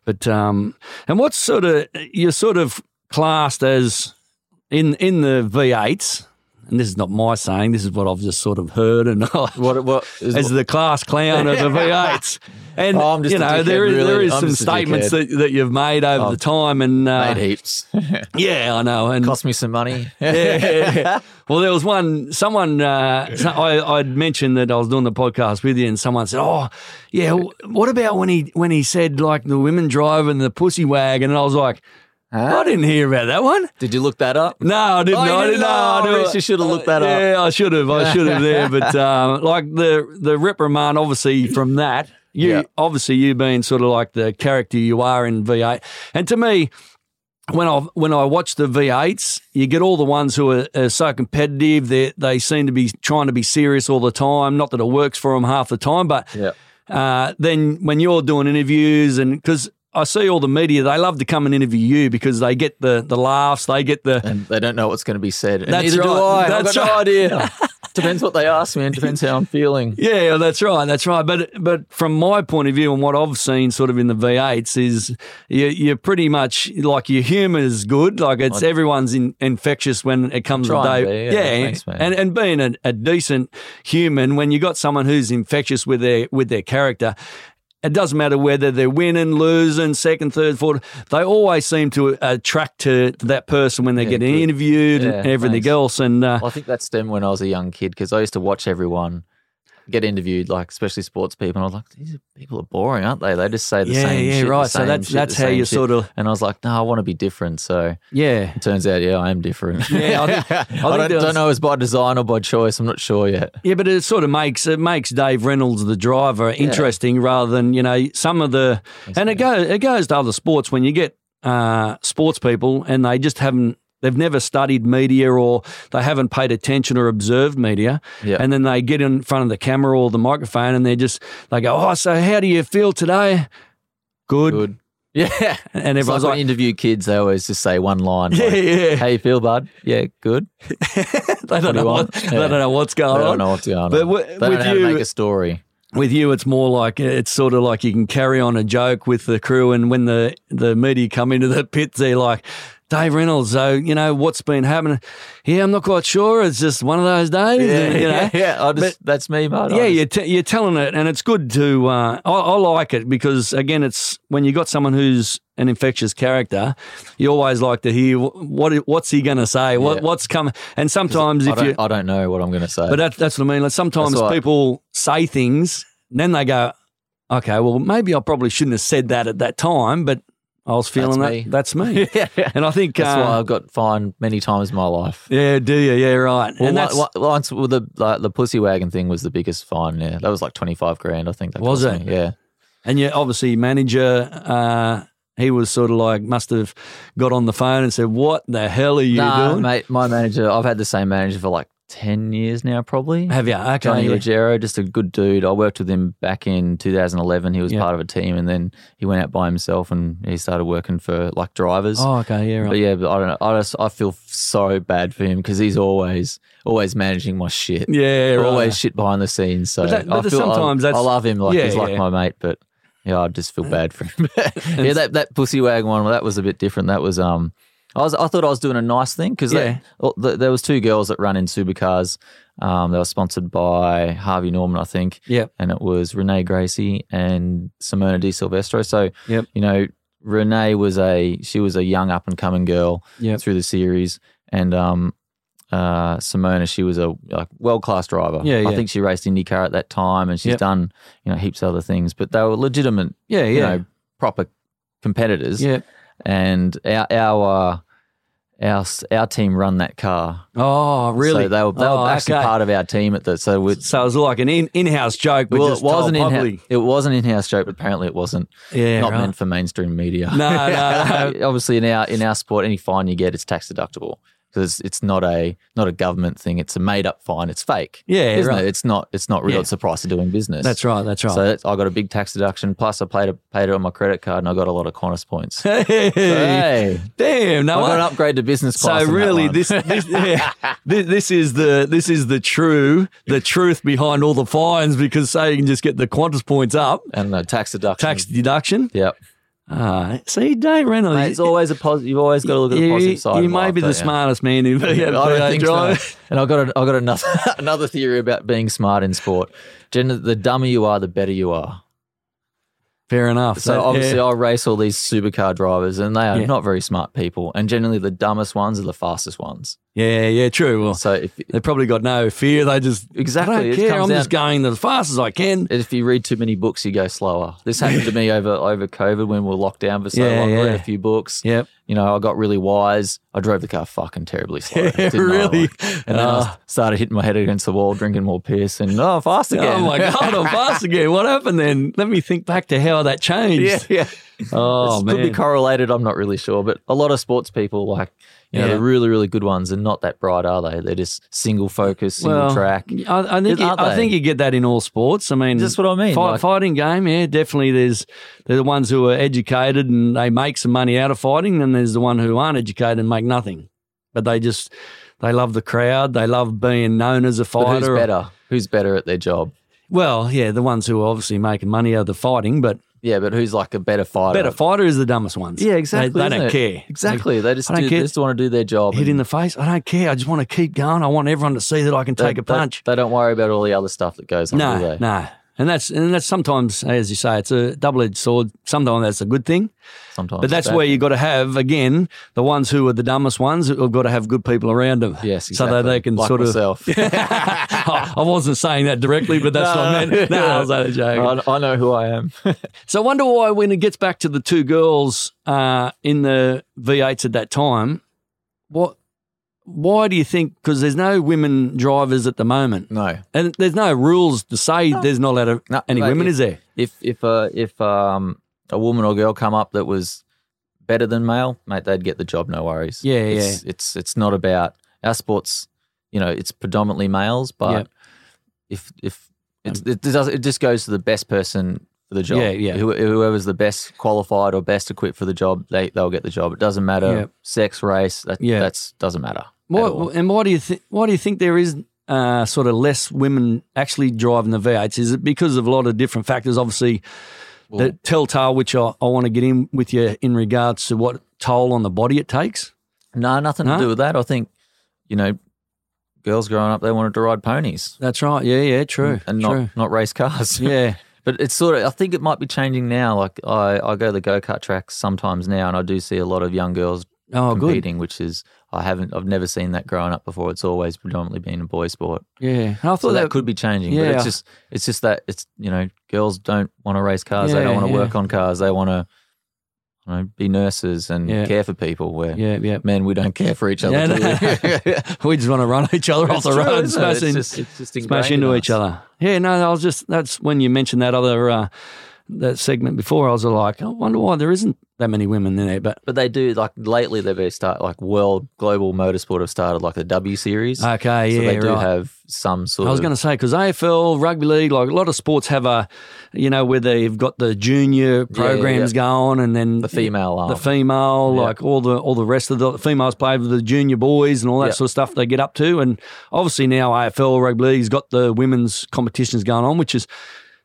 Speaker 1: But um, and what's sort of you're sort of classed as in in the V8s and this is not my saying, this is what I've just sort of heard and
Speaker 2: What? What? Is,
Speaker 1: as the class clown of the V8s. And
Speaker 2: Oh, I'm just
Speaker 1: you
Speaker 2: a
Speaker 1: know,
Speaker 2: dickhead,
Speaker 1: there is there
Speaker 2: really.
Speaker 1: is
Speaker 2: I'm
Speaker 1: some
Speaker 2: just a
Speaker 1: statements that,
Speaker 2: dickhead. Oh,
Speaker 1: that you've made over the time and uh,
Speaker 2: made heaps.
Speaker 1: yeah, I know. And
Speaker 2: Cost me some money.
Speaker 1: yeah. Well, there was one. Someone uh, so- I, I'd mentioned that I was doing the podcast with you, and someone said, "Oh, yeah. w- What about when he when he said like the women drive and the pussy wagon?" And I was like,
Speaker 2: Huh?
Speaker 1: "I didn't hear about that one."
Speaker 2: Did you look that up?
Speaker 1: No, I didn't.
Speaker 2: Oh, you
Speaker 1: I
Speaker 2: didn't
Speaker 1: didn't. no,
Speaker 2: know.
Speaker 1: I didn't.
Speaker 2: Rich, you should have looked that up.
Speaker 1: Yeah, I should have. I should have there. But um, like the the reprimand, obviously from that, you
Speaker 2: Yeah.
Speaker 1: obviously you being sort of like the character you are in V8, and to me. When I when I watch the V8s, you get all the ones who are, are so competitive. They they seem to be trying to be serious all the time. Not that it works for them half the time, but
Speaker 2: Yeah.
Speaker 1: uh, then when you're doing interviews and because I see all the media, they love to come and interview you because they get the the laughs, they get the
Speaker 2: And they don't know what's going to be said. And
Speaker 1: That's
Speaker 2: neither do
Speaker 1: right.
Speaker 2: I.
Speaker 1: That's
Speaker 2: I've got no idea. depends what they ask me and depends how I'm feeling.
Speaker 1: Yeah, yeah, that's right, that's right. But but from my point of view and what I've seen sort of in the V8s is you, you're pretty much like your humour is good. Like it's everyone's in, infectious when it comes to day.
Speaker 2: Trying to be, yeah, thanks, man.
Speaker 1: and and being a, a decent human when you got someone who's infectious with their with their character. It doesn't matter whether they're winning, losing, second, third, fourth. They always seem to attract to that person when they get
Speaker 2: good.
Speaker 1: interviewed and
Speaker 2: Yeah,
Speaker 1: everything
Speaker 2: thanks.
Speaker 1: else. And uh,
Speaker 2: I think that stemmed when I was a young kid because I used to watch everyone get interviewed, like especially sports people. And I was like, these people are boring, aren't they? They just say the
Speaker 1: Yeah,
Speaker 2: same
Speaker 1: yeah,
Speaker 2: shit. the
Speaker 1: right. So
Speaker 2: same
Speaker 1: that's-
Speaker 2: shit,
Speaker 1: that's
Speaker 2: the
Speaker 1: how
Speaker 2: same
Speaker 1: you
Speaker 2: shit."
Speaker 1: sorta-
Speaker 2: And I was like, no, I want to be different. So
Speaker 1: yeah,
Speaker 2: it turns out, yeah, I am different.
Speaker 1: Yeah, I think- I
Speaker 2: I,
Speaker 1: think
Speaker 2: don't,
Speaker 1: there was-
Speaker 2: don't know if it's by design or by choice. I'm not sure yet.
Speaker 1: Yeah, but it sort of makes it makes Dave Reynolds the driver interesting rather than you know some of the and it goes it goes to other sports when you get uh, sports people and they just haven't they've never studied media or they haven't paid attention or observed media
Speaker 2: Yeah.
Speaker 1: and then they get in front of the camera or the microphone and they just they go oh so how do you feel today good,
Speaker 2: Good. Yeah.
Speaker 1: and
Speaker 2: It's like
Speaker 1: everyone's
Speaker 2: when
Speaker 1: like,
Speaker 2: you interview kids, they always just say one line.
Speaker 1: yeah
Speaker 2: like,
Speaker 1: yeah
Speaker 2: How you feel, bud? Yeah, good.
Speaker 1: they don't
Speaker 2: do you
Speaker 1: know what,
Speaker 2: want?
Speaker 1: they
Speaker 2: Yeah.
Speaker 1: don't know what's going
Speaker 2: They
Speaker 1: on
Speaker 2: don't know what's going on.
Speaker 1: But wi-
Speaker 2: they don't
Speaker 1: with
Speaker 2: know how
Speaker 1: you-
Speaker 2: to make a story.
Speaker 1: with you, it's more like it's sort of like you can carry on a joke with the crew, and when the the media come into the pit, they're like, "Dave Reynolds, so you know what's been happening? Yeah, I'm not quite sure. It's just one of those days, and, you know."
Speaker 2: yeah, yeah. I just, that's me, mate.
Speaker 1: Yeah,
Speaker 2: I just,
Speaker 1: you're, t- you're telling it, and it's good to. Uh, I, I like it because again, it's when you got someone who's an infectious character, you always like to hear wh- what what's he going to say, what
Speaker 2: Yeah.
Speaker 1: what's coming, and sometimes
Speaker 2: I
Speaker 1: if
Speaker 2: don't,
Speaker 1: you,
Speaker 2: I don't know what I'm going to say.
Speaker 1: but that, that's what I mean. Like sometimes
Speaker 2: That's all right.
Speaker 1: people say things, and then they go, "Okay, well, maybe I probably shouldn't have said that at that time, but I was feeling
Speaker 2: That's me.
Speaker 1: that. That's me." and I think
Speaker 2: that's
Speaker 1: uh,
Speaker 2: why I've got fined many times in my life.
Speaker 1: yeah, do you? Yeah, right.
Speaker 2: Well,
Speaker 1: and
Speaker 2: li-
Speaker 1: that's
Speaker 2: li- once well, the like, the pussy wagon thing was the biggest fine. Yeah, that was like twenty five grand. I think that
Speaker 1: Was
Speaker 2: cost
Speaker 1: it?
Speaker 2: Me. Yeah,
Speaker 1: and yeah, obviously manager. Uh, he was sort of like must have got on the phone and said, "What the hell are you
Speaker 2: Nah,
Speaker 1: doing?"
Speaker 2: mate. My manager. I've had the same manager for like ten years now, probably.
Speaker 1: Have you? Okay,
Speaker 2: Johnny
Speaker 1: yeah.
Speaker 2: Ruggiero, just a good dude. I worked with him back in 2011. He was
Speaker 1: Yeah.
Speaker 2: part of a team, and then he went out by himself and he started working for like drivers.
Speaker 1: Oh, okay, yeah, right.
Speaker 2: But yeah, but I don't know. I just I feel so bad for him because he's always always managing my shit.
Speaker 1: yeah, right.
Speaker 2: always shit behind the scenes. So
Speaker 1: But that- but
Speaker 2: I feel
Speaker 1: sometimes
Speaker 2: I,
Speaker 1: that's-
Speaker 2: I love him like
Speaker 1: Yeah,
Speaker 2: he's like
Speaker 1: yeah.
Speaker 2: my mate, but yeah, I just feel bad for him. yeah, that that pussy wagon one well, that was a bit different. That was um. I, was, I thought I was doing a nice thing because
Speaker 1: Yeah.
Speaker 2: there was two girls that run in supercars. Um, they were sponsored by Harvey Norman, I think
Speaker 1: Yep.
Speaker 2: and it was Renee Gracie and Simona Di Silvestro. So,
Speaker 1: Yep.
Speaker 2: you know, Renee was a she was a young up and coming girl
Speaker 1: Yep.
Speaker 2: through the series, and um, uh, Simona she was a like world class driver.
Speaker 1: Yeah, yeah.
Speaker 2: I think she raced IndyCar at that time, and she's
Speaker 1: Yep.
Speaker 2: done you know heaps of other things, but they were legitimate,
Speaker 1: Yeah,
Speaker 2: you
Speaker 1: yeah,
Speaker 2: know, proper competitors.
Speaker 1: yeah.
Speaker 2: And our our uh, our s- our team run that car.
Speaker 1: Oh, really?
Speaker 2: So they were, they
Speaker 1: Oh,
Speaker 2: were actually
Speaker 1: okay.
Speaker 2: part of our team at the so we
Speaker 1: So it was like an in, in-house joke, but
Speaker 2: well,
Speaker 1: just
Speaker 2: it was an
Speaker 1: told
Speaker 2: in
Speaker 1: publicly.
Speaker 2: it was an in-house joke, but apparently it wasn't.
Speaker 1: Yeah,
Speaker 2: not
Speaker 1: right.
Speaker 2: meant for mainstream media.
Speaker 1: No, no,
Speaker 2: Obviously, in our in our sport, any fine you get, it's tax deductible because it's not a not a government thing. It's a made up fine. It's fake.
Speaker 1: Yeah,
Speaker 2: isn't
Speaker 1: right.
Speaker 2: it? It's not. It's not real.
Speaker 1: Yeah.
Speaker 2: It's the price of doing business.
Speaker 1: That's right. That's right.
Speaker 2: So that's, I got a big tax deduction. Plus, I paid it, paid it on my credit card, and I got a lot of Qantas points. So,
Speaker 1: Hey,
Speaker 2: hey,
Speaker 1: damn!
Speaker 2: I
Speaker 1: No,
Speaker 2: got an
Speaker 1: I,
Speaker 2: upgrade to business class.
Speaker 1: so
Speaker 2: on that
Speaker 1: really,
Speaker 2: one.
Speaker 1: this this, yeah, this this is the this is the true the truth behind all the fines because say you can just get the Qantas points up
Speaker 2: and the tax deduction.
Speaker 1: tax deduction.
Speaker 2: Yep.
Speaker 1: Uh, Mm. see, Dave Reynolds.
Speaker 2: Mate, it's always a positive. You've always got to look at the
Speaker 1: you-
Speaker 2: positive side.
Speaker 1: You
Speaker 2: of
Speaker 1: may
Speaker 2: life,
Speaker 1: be the
Speaker 2: don't you?
Speaker 1: smartest man who've
Speaker 2: I
Speaker 1: ever
Speaker 2: don't think so.
Speaker 1: drive.
Speaker 2: And I got a, I got another another theory about being smart in sport. Gen- the dumber you are, the better you are.
Speaker 1: Fair enough.
Speaker 2: So
Speaker 1: That-
Speaker 2: obviously,
Speaker 1: yeah.
Speaker 2: I race all these supercar drivers, and they are
Speaker 1: Yeah.
Speaker 2: not very smart people. And generally, the dumbest ones are the fastest ones.
Speaker 1: yeah, yeah, true. Well,
Speaker 2: So if
Speaker 1: they probably got no fear. They just
Speaker 2: Exactly,
Speaker 1: I don't
Speaker 2: it
Speaker 1: care.
Speaker 2: comes
Speaker 1: I'm just going as fast as I can.
Speaker 2: if you read too many books, you go slower. This happened to me over over COVID when we were locked down for so
Speaker 1: Yeah,
Speaker 2: long. I
Speaker 1: yeah.
Speaker 2: read a few books.
Speaker 1: Yep.
Speaker 2: You know, I got really wise. I drove the car fucking terribly slow.
Speaker 1: Yeah,
Speaker 2: Didn't I,
Speaker 1: really.
Speaker 2: like? And then
Speaker 1: Uh,
Speaker 2: I started hitting my head against the wall, drinking more piss, and oh, fast again.
Speaker 1: Oh my god, I'm fast again. What happened then? Let me think back to how that changed.
Speaker 2: yeah, yeah.
Speaker 1: Oh
Speaker 2: This
Speaker 1: man.
Speaker 2: could be correlated. I'm not really sure, but a lot of sports people, like you know,
Speaker 1: Yeah.
Speaker 2: the really really good ones, are not that bright, are they? They're just single focus, single
Speaker 1: Well,
Speaker 2: track.
Speaker 1: I, I think
Speaker 2: Aren't
Speaker 1: you, I
Speaker 2: they?
Speaker 1: think you get that in all sports. I mean,
Speaker 2: That's what I mean,
Speaker 1: Fi-
Speaker 2: like-
Speaker 1: fighting game, yeah, definitely. There's there's the ones who are educated and they make some money out of fighting, and there's the one who aren't educated and make nothing, but they just they love the crowd. They love being known as a
Speaker 2: But
Speaker 1: fighter.
Speaker 2: who's better? Who's better at their job?
Speaker 1: Well, yeah, the ones who are obviously making money out of the fighting, but
Speaker 2: Yeah, but who's like a better fighter?
Speaker 1: better fighter is the dumbest ones.
Speaker 2: Yeah,
Speaker 1: They-
Speaker 2: exactly.
Speaker 1: They,
Speaker 2: isn't
Speaker 1: don't
Speaker 2: it?
Speaker 1: care.
Speaker 2: Exactly. They just,
Speaker 1: I don't
Speaker 2: do,
Speaker 1: care.
Speaker 2: they just want to do their job.
Speaker 1: Hit in
Speaker 2: and
Speaker 1: the face. I don't care. I just want to keep going. I want everyone to see that I can
Speaker 2: they-
Speaker 1: take a
Speaker 2: they-
Speaker 1: punch.
Speaker 2: They, don't worry about all the other stuff that goes on, do
Speaker 1: No,
Speaker 2: they?
Speaker 1: no. And that's and that's sometimes, as you say, it's a double edged sword. Sometimes that's a good thing,
Speaker 2: Sometimes.
Speaker 1: but that's
Speaker 2: That-
Speaker 1: where you've got to have again the ones who are the dumbest ones. Who've got to have good people around them.
Speaker 2: Yes,
Speaker 1: so
Speaker 2: exactly.
Speaker 1: that they can
Speaker 2: like
Speaker 1: sort
Speaker 2: myself.
Speaker 1: of. I wasn't saying that directly, but that's what I meant. No, I was only joking.
Speaker 2: I, I know who I am.
Speaker 1: So I wonder why when it gets back to the two girls uh, in the V8s at that time, what? Why do you think? Because there's no women drivers at the moment,
Speaker 2: no.
Speaker 1: and there's no rules to say there's not allowed
Speaker 2: No,
Speaker 1: any
Speaker 2: like,
Speaker 1: women,
Speaker 2: if-
Speaker 1: is there?
Speaker 2: If if uh, if um a woman or girl come up that was better than male, mate, they'd get the job, no worries.
Speaker 1: Yeah,
Speaker 2: it's, It's it's not about our sports. You know, it's predominantly males, but
Speaker 1: Yep. Um,
Speaker 2: if if it's, it does it just goes to the best person for the job.
Speaker 1: Yeah, yeah.
Speaker 2: Who, whoever's the best qualified or best equipped for the job, they they'll get the job. It doesn't matter
Speaker 1: Yep.
Speaker 2: sex, race. That
Speaker 1: Yeah.
Speaker 2: that's doesn't matter. at all.
Speaker 1: Why, and why do you think? Why do you think there is uh, sort of less women actually driving the V8s? Is it because of a lot of different factors? Obviously, the telltale, which I, I want to get in with you in regards to what toll on the body it takes.
Speaker 2: No, nothing
Speaker 1: No?
Speaker 2: to do with that. I think you know, girls growing up, they wanted to ride ponies
Speaker 1: That's right. Yeah, yeah, true.
Speaker 2: and
Speaker 1: true.
Speaker 2: not not race cars.
Speaker 1: yeah.
Speaker 2: But it's sort of, I think it might be changing now. Like I, I go to the go kart tracks sometimes now, and I do see a lot of young girls
Speaker 1: Oh, good.
Speaker 2: competing, which is I haven't, I've never seen that growing up before. It's always predominantly been a boy sport.
Speaker 1: Yeah. And I thought
Speaker 2: So that
Speaker 1: that,
Speaker 2: could be changing. But
Speaker 1: Yeah.
Speaker 2: it's just, it's just that it's you know, girls don't want to race cars. they
Speaker 1: Yeah,
Speaker 2: don't want to
Speaker 1: yeah.
Speaker 2: work on cars. They want to, you know, be nurses and
Speaker 1: Yeah.
Speaker 2: care for people. Where
Speaker 1: Yeah, yeah.
Speaker 2: men, we don't care for each other.
Speaker 1: Yeah,
Speaker 2: do
Speaker 1: no.
Speaker 2: we?
Speaker 1: We just want to run each other off
Speaker 2: It's
Speaker 1: the
Speaker 2: true,
Speaker 1: road and
Speaker 2: isn't it?
Speaker 1: smash,
Speaker 2: It's
Speaker 1: in-
Speaker 2: just- it's just
Speaker 1: smash
Speaker 2: ingrained in
Speaker 1: into
Speaker 2: us.
Speaker 1: each other. Yeah, no, I was just, that's when you mentioned that other, uh, that segment before, I was like, I wonder why there isn't that many women in there. But
Speaker 2: But they do like lately they've been start like world global motorsport have started like the W series.
Speaker 1: okay,
Speaker 2: so
Speaker 1: Ah, yeah,
Speaker 2: they do
Speaker 1: right.
Speaker 2: have some sort
Speaker 1: I was
Speaker 2: of
Speaker 1: going to say because AFL, rugby league, like a lot of sports have a, you know, where they've got the junior programs going, and then
Speaker 2: the female arm.
Speaker 1: the female,
Speaker 2: Um, Yeah.
Speaker 1: like all the all the rest of the the females play with the junior boys and all that
Speaker 2: Yeah.
Speaker 1: sort of stuff they get up to. And obviously now AFL rugby league's got the women's competitions going on, which is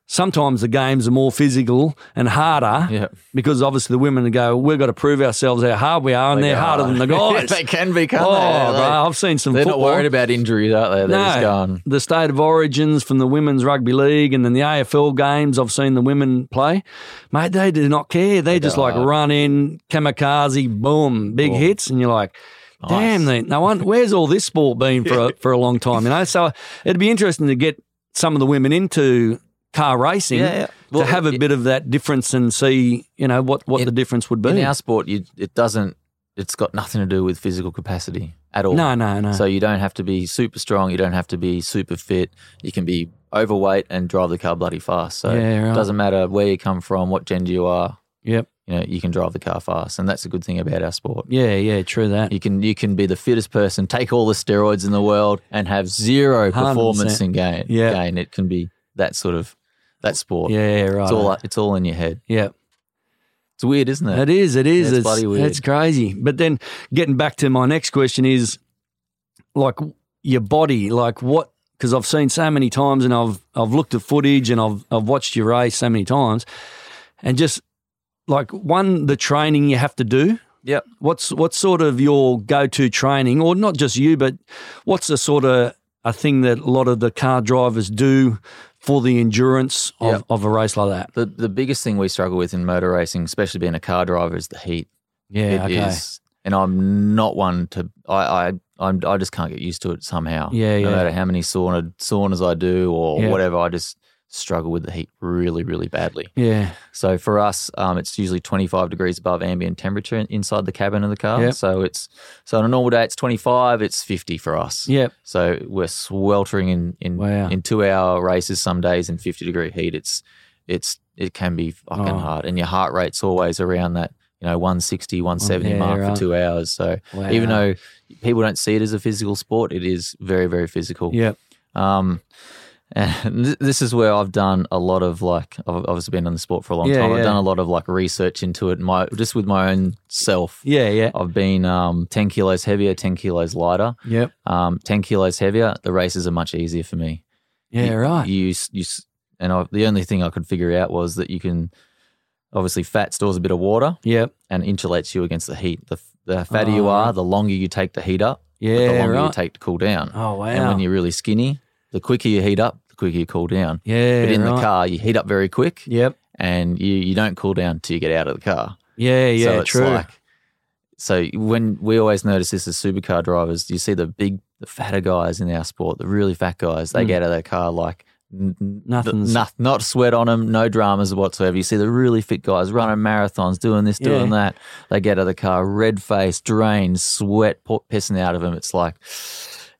Speaker 1: sometimes the games are more physical and harder
Speaker 2: Yeah.
Speaker 1: because obviously the women go, we've got to prove ourselves how hard we are, and they are
Speaker 2: go,
Speaker 1: harder
Speaker 2: "Oh."
Speaker 1: than the guys.
Speaker 2: they can be, can't
Speaker 1: oh,
Speaker 2: they?
Speaker 1: bro, I've seen some.
Speaker 2: They're not
Speaker 1: football.
Speaker 2: worried about injuries, are they? They're just going.
Speaker 1: The state of origins from the women's rugby league and then the AFL games I've seen the women play, mate, they do not care. They, just like
Speaker 2: hard.
Speaker 1: run in, kamikaze, boom, big hits, and you're like, damn, they, no one, where's all this sport been for a, for a long time, you know? So it'd be interesting to get some of the women into car racing
Speaker 2: Yeah, yeah. Well,
Speaker 1: to have a
Speaker 2: it-
Speaker 1: bit of that difference and see, you know, what, what
Speaker 2: In-
Speaker 1: the difference would be.
Speaker 2: In our sport, you, it doesn't. It's got nothing to do with physical capacity at all.
Speaker 1: no, no, no.
Speaker 2: So you don't have to be super strong. You don't have to be super fit. You can be overweight and drive the car bloody fast. So
Speaker 1: Yeah, right.
Speaker 2: it doesn't matter where you come from, what gender you are.
Speaker 1: yep.
Speaker 2: You know, you can drive the car fast, and that's a good thing about our sport.
Speaker 1: Yeah, yeah, true that.
Speaker 2: You can you can be the fittest person, take all the steroids in the world, and have zero
Speaker 1: 100%.
Speaker 2: performance in gain.
Speaker 1: Yeah.
Speaker 2: gain. It can be that sort of that sport.
Speaker 1: Yeah, right.
Speaker 2: it's all it's all in your head.
Speaker 1: yeah.
Speaker 2: It's weird, isn't it?
Speaker 1: It is. It is.
Speaker 2: it's
Speaker 1: It's,
Speaker 2: bloody weird.
Speaker 1: it's crazy. But then getting back to my next question is like your body, like what? Because I've seen so many times, and I've I've looked at footage, and I've I've watched your race so many times, and just like one the training you have to do?
Speaker 2: Yep.
Speaker 1: What's what's sort of your go-to training, or not just you, but what's the sort of a thing that a lot of the car drivers do for the endurance of,
Speaker 2: Yep.
Speaker 1: of a race like that?
Speaker 2: The the biggest thing we struggle with in motor racing, especially being a car driver, is the heat.
Speaker 1: Yeah,
Speaker 2: It is,
Speaker 1: okay.
Speaker 2: and I'm not one to. I I I'm, I just can't get used to it somehow.
Speaker 1: Yeah,
Speaker 2: No
Speaker 1: yeah.
Speaker 2: matter how many sauna saunas I do or
Speaker 1: Yeah.
Speaker 2: whatever, I just struggle with the heat really, really badly.
Speaker 1: Yeah,
Speaker 2: So for us, um, it's usually 25 degrees above ambient temperature in- inside the cabin of the car.
Speaker 1: Yep.
Speaker 2: So it's so on a normal day it's 25, it's 50 for us.
Speaker 1: yeah,
Speaker 2: So we're sweltering in in,
Speaker 1: Wow.
Speaker 2: in two hour races some days in 50 degree heat. It's it's it can be fucking
Speaker 1: Oh.
Speaker 2: hard, and your heart rate's always around that you know 160, 170
Speaker 1: yeah,
Speaker 2: mark
Speaker 1: right.
Speaker 2: for two hours. So
Speaker 1: Wow.
Speaker 2: even though people don't see it as a physical sport, it is very very physical.
Speaker 1: yeah,
Speaker 2: Um, and th- this is where I've done a lot of like I've obviously been in the sport for a long
Speaker 1: Yeah,
Speaker 2: time. I've
Speaker 1: yeah.
Speaker 2: done a lot of like research into it. My just with my own self.
Speaker 1: yeah, yeah,
Speaker 2: I've been um, ten kilos heavier, ten kilos lighter.
Speaker 1: yeah,
Speaker 2: Um, ten kilos heavier, the races are much easier for me.
Speaker 1: yeah,
Speaker 2: You-
Speaker 1: right.
Speaker 2: You s- you s- and I, the only thing I could figure out was that you can obviously fat stores a bit of water
Speaker 1: Yeah,
Speaker 2: and insulates you against the heat. The, f- the fatter you
Speaker 1: Oh,
Speaker 2: are,
Speaker 1: right.
Speaker 2: the longer you take the heat up. but the
Speaker 1: yeah,
Speaker 2: longer you
Speaker 1: right.
Speaker 2: take to cool down.
Speaker 1: Oh wow.
Speaker 2: And when you're really skinny, the quicker you heat up, the quicker you cool down.
Speaker 1: yeah,
Speaker 2: but in
Speaker 1: right.
Speaker 2: the car, you heat up very quick
Speaker 1: Yep.
Speaker 2: and you, you don't cool down till you get out of the car.
Speaker 1: Yeah, yeah,
Speaker 2: so it's
Speaker 1: true.
Speaker 2: Like, so when we always notice this as supercar drivers, you see the big, the fatter guys in our sport, the really fat guys, they
Speaker 1: Mm.
Speaker 2: get out of their car like n- n-
Speaker 1: Nothing's-
Speaker 2: not, not sweat on them, no dramas whatsoever. You see the really fit guys running marathons, doing this, doing
Speaker 1: Yeah.
Speaker 2: that. They get out of the car, red faced, drained, sweat pour- pissing out of them. It's like,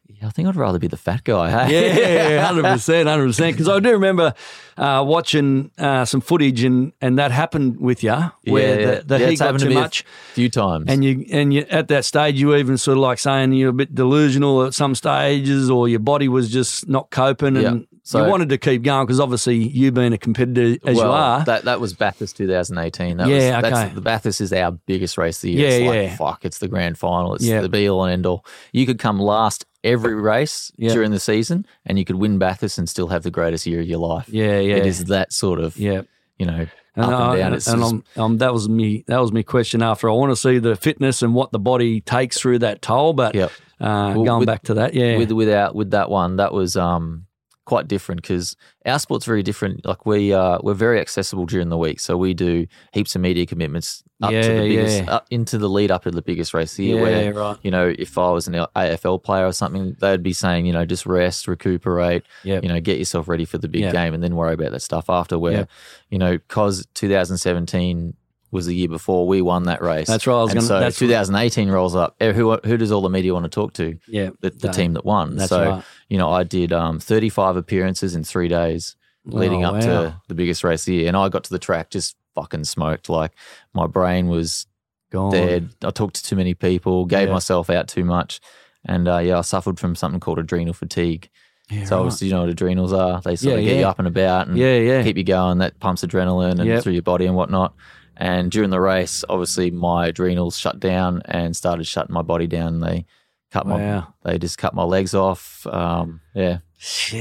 Speaker 2: yeah, I think I'd rather be the fat guy. Hey?
Speaker 1: Yeah, hundred percent, hundred percent. Because I do remember uh, watching uh, some footage, and and that happened with you, where
Speaker 2: Yeah, yeah.
Speaker 1: the, the
Speaker 2: Yeah,
Speaker 1: heat
Speaker 2: it's
Speaker 1: got
Speaker 2: happened to
Speaker 1: too
Speaker 2: me a
Speaker 1: much,
Speaker 2: few times.
Speaker 1: and you and you at that stage, you even sort of like saying you're a bit delusional at some stages, or your body was just not coping, and
Speaker 2: Yeah, so-
Speaker 1: you wanted to keep going because obviously you being a competitor as
Speaker 2: well,
Speaker 1: you are,
Speaker 2: That that was Bathurst 2018. That
Speaker 1: Yeah,
Speaker 2: was,
Speaker 1: okay.
Speaker 2: That's, the Bathurst is our biggest race of the year.
Speaker 1: Yeah,
Speaker 2: it's like,
Speaker 1: yeah.
Speaker 2: fuck, it's the grand final. It's
Speaker 1: Yeah.
Speaker 2: the be all and end all. You could come last every race
Speaker 1: Yeah.
Speaker 2: during the season, and you could win Bathurst and still have the greatest year of your life.
Speaker 1: yeah, yeah,
Speaker 2: It is that sort of
Speaker 1: yeah.
Speaker 2: you know up and down. It's
Speaker 1: and
Speaker 2: just-
Speaker 1: I'm- um, that was me. That was me question after. I want to see the fitness and what the body takes through that toll. But
Speaker 2: Yep.
Speaker 1: uh,
Speaker 2: Well,
Speaker 1: going
Speaker 2: with-
Speaker 1: back to that, yeah,
Speaker 2: with without with that one that was um quite different because our sport's very different like we uh we're very accessible during the week so we do heaps of media commitments up to
Speaker 1: Yeah,
Speaker 2: the biggest
Speaker 1: yeah.
Speaker 2: up into the lead up to the biggest race of the year
Speaker 1: yeah,
Speaker 2: where
Speaker 1: right,
Speaker 2: you know if i was an afl player or something they'd be saying you know just rest recuperate
Speaker 1: yeah,
Speaker 2: you know get yourself ready for the big
Speaker 1: Yeah.
Speaker 2: game and then worry about that stuff after where
Speaker 1: Yeah.
Speaker 2: you know cause 2017 was the year before we won that race
Speaker 1: That's right, I was
Speaker 2: and
Speaker 1: gonna-
Speaker 2: so
Speaker 1: that's-
Speaker 2: 2018 rolls up Eh, who, who does all the media want to talk to
Speaker 1: yeah.
Speaker 2: the, the
Speaker 1: No,
Speaker 2: team that won.
Speaker 1: that's
Speaker 2: so,
Speaker 1: right.
Speaker 2: you know, I did um, 35 appearances in three days leading
Speaker 1: Oh,
Speaker 2: up
Speaker 1: wow.
Speaker 2: to the biggest race of the year. And I got to the track just fucking smoked. Like, my brain was
Speaker 1: Gone.
Speaker 2: dead. I talked to too many people, gave
Speaker 1: Oh. Yeah.
Speaker 2: myself out too much. And uh, yeah, I suffered from something called adrenal fatigue.
Speaker 1: Yeah,
Speaker 2: so,
Speaker 1: right.
Speaker 2: obviously, you know what adrenals are. They sort of
Speaker 1: Yeah,
Speaker 2: get you
Speaker 1: yeah.
Speaker 2: up and about and
Speaker 1: yeah, yeah,
Speaker 2: keep you going. That pumps adrenaline and
Speaker 1: Yep.
Speaker 2: through your body and whatnot. And during the race, obviously, my adrenals shut down and started shutting my body down. They cut my
Speaker 1: wow,
Speaker 2: they just cut my legs off. Um, yeah,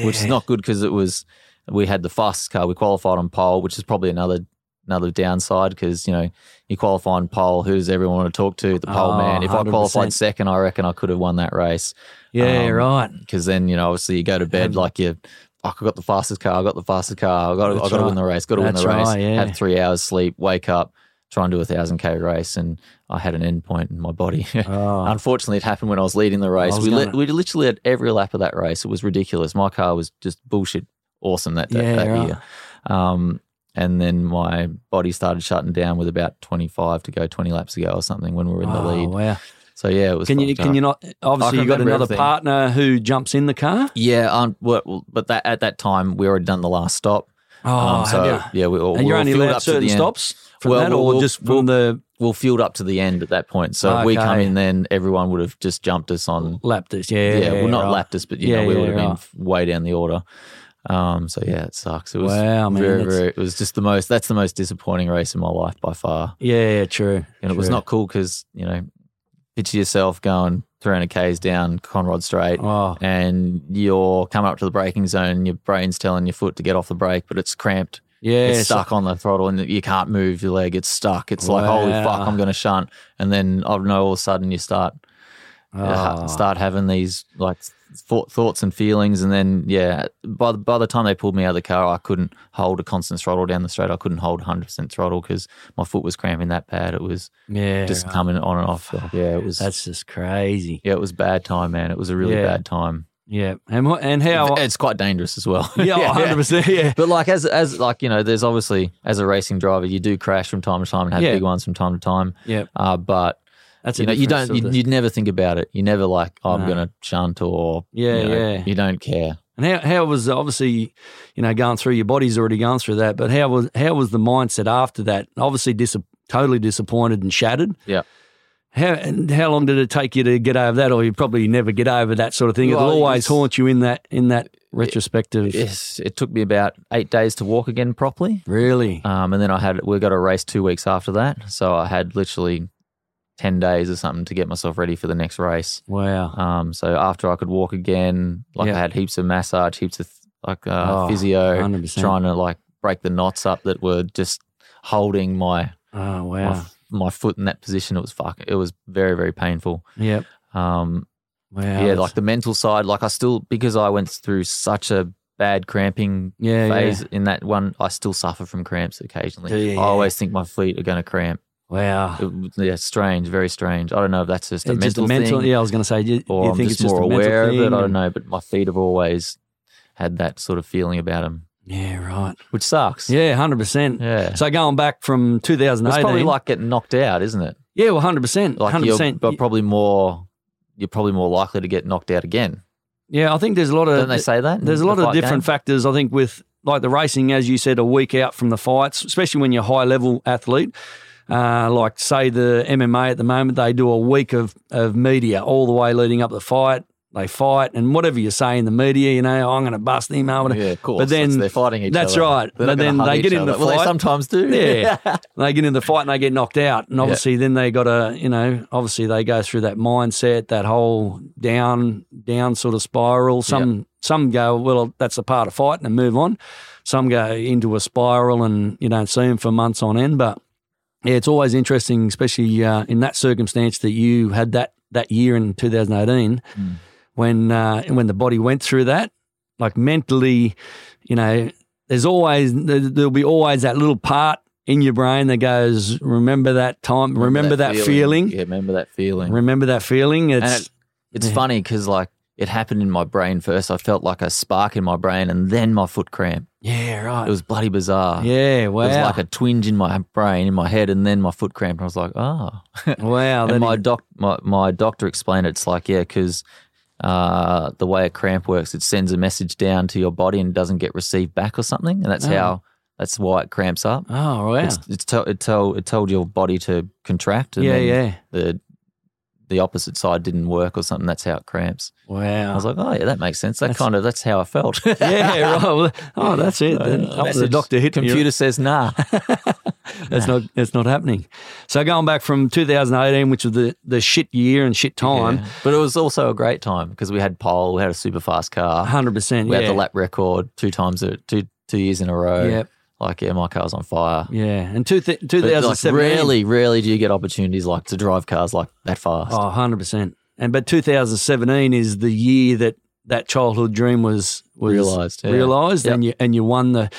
Speaker 2: which is not good because it was we had the fastest car. We qualified on pole, which is probably another another downside because you know you qualify on pole. Who does everyone want to talk to? The pole
Speaker 1: Oh,
Speaker 2: man. If I
Speaker 1: 100%.
Speaker 2: qualified second, I reckon I could have won that race
Speaker 1: yeah,
Speaker 2: um,
Speaker 1: right.
Speaker 2: because then you know obviously you go to bed
Speaker 1: And-
Speaker 2: like you. "Fuck, I got the fastest car. I got the fastest car. I got.
Speaker 1: That's
Speaker 2: I got to
Speaker 1: right.
Speaker 2: win the race. Got to win
Speaker 1: That's
Speaker 2: the race.
Speaker 1: right, yeah.
Speaker 2: Have three hours sleep. Wake up. Try and do a thousand k race. And I had an end point in my body.
Speaker 1: Oh,
Speaker 2: Unfortunately, it happened when I was leading the race.
Speaker 1: was
Speaker 2: We, li-
Speaker 1: gonna-
Speaker 2: we literally had every lap of that race. It was ridiculous. My car was just bullshit awesome that, that,
Speaker 1: Yeah,
Speaker 2: that
Speaker 1: right.
Speaker 2: year. Um, and then my body started shutting down with about 25 to go, 20 laps to go or something when we were in the
Speaker 1: oh,
Speaker 2: lead.
Speaker 1: wow.
Speaker 2: So, yeah, it was.
Speaker 1: Can you
Speaker 2: fucked
Speaker 1: can
Speaker 2: up.
Speaker 1: you not? Obviously,
Speaker 2: I
Speaker 1: you got
Speaker 2: remember
Speaker 1: another
Speaker 2: everything.
Speaker 1: partner who jumps in the car.
Speaker 2: Yeah, um, well, well, but that at that time, we already done the last stop.
Speaker 1: Oh,
Speaker 2: um, so,
Speaker 1: have you?
Speaker 2: yeah, we, all
Speaker 1: and
Speaker 2: we
Speaker 1: you're
Speaker 2: all
Speaker 1: only
Speaker 2: filled
Speaker 1: allowed
Speaker 2: up to the
Speaker 1: certain
Speaker 2: end.
Speaker 1: stops from
Speaker 2: Well,
Speaker 1: that,
Speaker 2: we'll-
Speaker 1: or
Speaker 2: we'll-
Speaker 1: just from the
Speaker 2: We'll field up to the end at that point. So, if we come
Speaker 1: Okay.
Speaker 2: in then, everyone would have just jumped us on
Speaker 1: Laptis? Yeah,
Speaker 2: um, yeah, well, not
Speaker 1: right.
Speaker 2: Laptus, but you
Speaker 1: Yeah,
Speaker 2: know, we
Speaker 1: yeah,
Speaker 2: would have
Speaker 1: right.
Speaker 2: been way down the order. Um, so yeah, it sucks. It was
Speaker 1: Wow, man,
Speaker 2: very,
Speaker 1: that's-
Speaker 2: very. It was just the most. That's the most disappointing race in my life by far,
Speaker 1: Yeah, true.
Speaker 2: and it was
Speaker 1: true.
Speaker 2: not cool because you know, picture yourself going 300 k's down Conrod Straight,
Speaker 1: Oh,
Speaker 2: and you're coming up to the braking zone. Your brain's telling your foot to get off the brake, but it's cramped.
Speaker 1: Yeah,
Speaker 2: it's
Speaker 1: so-
Speaker 2: stuck on the throttle and you can't move your leg. It's stuck. It's like holy
Speaker 1: Wow.
Speaker 2: fuck, I'm going to shunt. And then I don't know. All of a sudden, you start
Speaker 1: Oh.
Speaker 2: uh, start having these like thought, thoughts and feelings, and then yeah, by the, by the time they pulled me out of the car, I couldn't hold a constant throttle down the straight. I couldn't hold 100 percent throttle because my foot was cramping that bad. It was
Speaker 1: yeah,
Speaker 2: just
Speaker 1: right.
Speaker 2: coming on and off. Like, yeah, it was.
Speaker 1: that's just crazy.
Speaker 2: yeah, it was a bad time, man. It was a really
Speaker 1: Yeah.
Speaker 2: bad time.
Speaker 1: Yeah, and wha- and how?
Speaker 2: It's quite dangerous as well.
Speaker 1: Yeah, hundred percent. Yeah,
Speaker 2: But like as as like you know, there's obviously as a racing driver, you do crash from time to time and have
Speaker 1: Yeah.
Speaker 2: big ones from time to time.
Speaker 1: yeah.
Speaker 2: Uh, but
Speaker 1: That's
Speaker 2: you
Speaker 1: a
Speaker 2: know, you
Speaker 1: different
Speaker 2: don't you,
Speaker 1: sort of-
Speaker 2: you'd never think about it. You never like oh, I'm
Speaker 1: No.
Speaker 2: gonna shunt or
Speaker 1: Yeah,
Speaker 2: you know,
Speaker 1: yeah.
Speaker 2: You don't care.
Speaker 1: And how, how was obviously, you know, going through your body's already gone through that, but how was how was the mindset after that? Obviously, dis- totally disappointed and shattered.
Speaker 2: Yeah.
Speaker 1: How and how long did it take you to get over that, or you probably never get over that sort of thing?
Speaker 2: Well,
Speaker 1: It'll always
Speaker 2: it's-
Speaker 1: haunt you in that in that retrospective.
Speaker 2: It's, it took me about eight days to walk again properly.
Speaker 1: really?
Speaker 2: Um, and then I had we got a race two weeks after that, so I had literally ten days or something to get myself ready for the next race.
Speaker 1: wow.
Speaker 2: Um, so after I could walk again, like
Speaker 1: Yeah.
Speaker 2: I had heaps of massage, heaps of like uh,
Speaker 1: Oh,
Speaker 2: physio,
Speaker 1: 100%.
Speaker 2: trying to like break the knots up that were just holding my
Speaker 1: Oh
Speaker 2: my
Speaker 1: wow.
Speaker 2: my, my foot in that position. It was fuck. It was very very painful.
Speaker 1: Yep.
Speaker 2: Um,
Speaker 1: Wow.
Speaker 2: yeah,
Speaker 1: that's-
Speaker 2: like the mental side. Like I still because I went through such a bad cramping
Speaker 1: yeah, yeah.
Speaker 2: phase in that one. I still suffer from cramps occasionally.
Speaker 1: Do you?
Speaker 2: I always think my feet are going to cramp.
Speaker 1: Wow.
Speaker 2: It was- yeah, strange, very strange. I don't know if that's just a
Speaker 1: It's
Speaker 2: mental
Speaker 1: just a mental.
Speaker 2: thing
Speaker 1: Yeah, I was going to say. You,
Speaker 2: or
Speaker 1: you
Speaker 2: I'm
Speaker 1: think
Speaker 2: just
Speaker 1: it's just
Speaker 2: more
Speaker 1: a mental
Speaker 2: aware of
Speaker 1: thing
Speaker 2: it. I don't
Speaker 1: and-
Speaker 2: know, but my feet have always had that sort of feeling about them,
Speaker 1: Yeah. Right.
Speaker 2: which sucks.
Speaker 1: Yeah. Hundred percent.
Speaker 2: yeah.
Speaker 1: So going back from 2018,
Speaker 2: it's probably like getting knocked out, isn't it?
Speaker 1: Yeah, well, hundred percent,
Speaker 2: Like
Speaker 1: hundred
Speaker 2: you're,
Speaker 1: percent.
Speaker 2: but probably more. You're probably more likely to get knocked out again.
Speaker 1: Yeah, I think there's a lot
Speaker 2: Don't
Speaker 1: of
Speaker 2: they say that? in
Speaker 1: there's a
Speaker 2: the
Speaker 1: lot of
Speaker 2: fight
Speaker 1: different
Speaker 2: game?
Speaker 1: factors. I think with like the racing, as you said, a week out from the fights, especially when you're a high level athlete. Uh, like say the MMA at the moment, they do a week of of media all the way leading up the fight. They fight and whatever you say in the media, you know, "Oh, I'm going to bust him. I'm going to
Speaker 2: Yeah, of course.
Speaker 1: But then
Speaker 2: That's- they're fighting each
Speaker 1: that's
Speaker 2: other.
Speaker 1: right. But
Speaker 2: They're not gonna
Speaker 1: then
Speaker 2: hug
Speaker 1: they
Speaker 2: each
Speaker 1: get in
Speaker 2: other.
Speaker 1: the
Speaker 2: well,
Speaker 1: fight.
Speaker 2: They sometimes do.
Speaker 1: Yeah. they get in the fight and they get knocked out. And obviously, then they got to, you know, obviously they go through that mindset, that whole down, down sort of spiral. Some, some go, well, that's a part of fighting and move on. Some go into a spiral and you don't see them for months on end. But yeah, it's always interesting, especially uh, in that circumstance that you had that that year in 2018
Speaker 2: Mm.
Speaker 1: when uh, when the body went through that. Like mentally, you know, there's always there- there'll be always that little part in your brain that goes, "Remember that time. Remember that, feeling.
Speaker 2: Yeah, remember that feeling.
Speaker 1: Remember that feeling." It's
Speaker 2: it- It's
Speaker 1: Yeah.
Speaker 2: funny because like it happened in my brain first. I felt like a spark in my brain, and then my foot cramp.
Speaker 1: yeah, right.
Speaker 2: It was bloody bizarre.
Speaker 1: yeah, wow,
Speaker 2: It was like a twinge in my brain, in my head, and then my foot cramped. And I was like, oh.
Speaker 1: wow.
Speaker 2: and
Speaker 1: That
Speaker 2: my,
Speaker 1: is-
Speaker 2: doc, my, my doctor explained it's like, yeah, because uh, the way a cramp works, it sends a message down to your body and doesn't get received back or something. And that's
Speaker 1: Oh.
Speaker 2: how, that's why it cramps up.
Speaker 1: oh wow,
Speaker 2: It's, it's tell, it, tell, it told your body to contract and
Speaker 1: yeah,
Speaker 2: then
Speaker 1: yeah,
Speaker 2: the the opposite side didn't work or something. That's how it cramps. I
Speaker 1: wow.
Speaker 2: was like, oh, yeah, that makes sense. That
Speaker 1: Ah. That's-
Speaker 2: kind of, that's how I felt. Uh,
Speaker 1: yeah, right. Well, Oh, that's it. Then up to the
Speaker 2: Message.
Speaker 1: doctor hit
Speaker 2: Computer says, nah.
Speaker 1: That's not that's not happening. So going back from 2018, which was the, the shit year and shit time,
Speaker 2: Yeah. But it was also a great time because we had pole, we had a super fast car,
Speaker 1: 100%.
Speaker 2: we
Speaker 1: yeah.
Speaker 2: had the lap record two times, a, two two years in a row.
Speaker 1: Yeah,
Speaker 2: Like, yeah, my car was on fire.
Speaker 1: yeah. And two th-
Speaker 2: But like,
Speaker 1: 2017.
Speaker 2: rarely, rarely do you get opportunities like to drive cars like that fast.
Speaker 1: Oh, 100%. And but 2017 is the year that that childhood dream was, was
Speaker 2: Realised, yeah.
Speaker 1: realised, and you and you won the.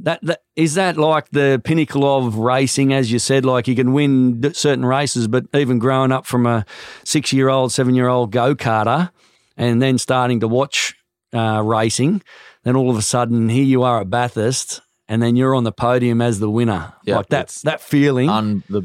Speaker 1: That, that is that like the pinnacle of racing, as you said. Like you can win d- certain races, but even growing up from a six-year-old, seven-year-old go karter, and then starting to watch uh, racing, then all of a sudden here you are at Bathurst, and then you're on the podium as the winner.
Speaker 2: Yeah,
Speaker 1: like that
Speaker 2: it's-
Speaker 1: that feeling.
Speaker 2: Un, the,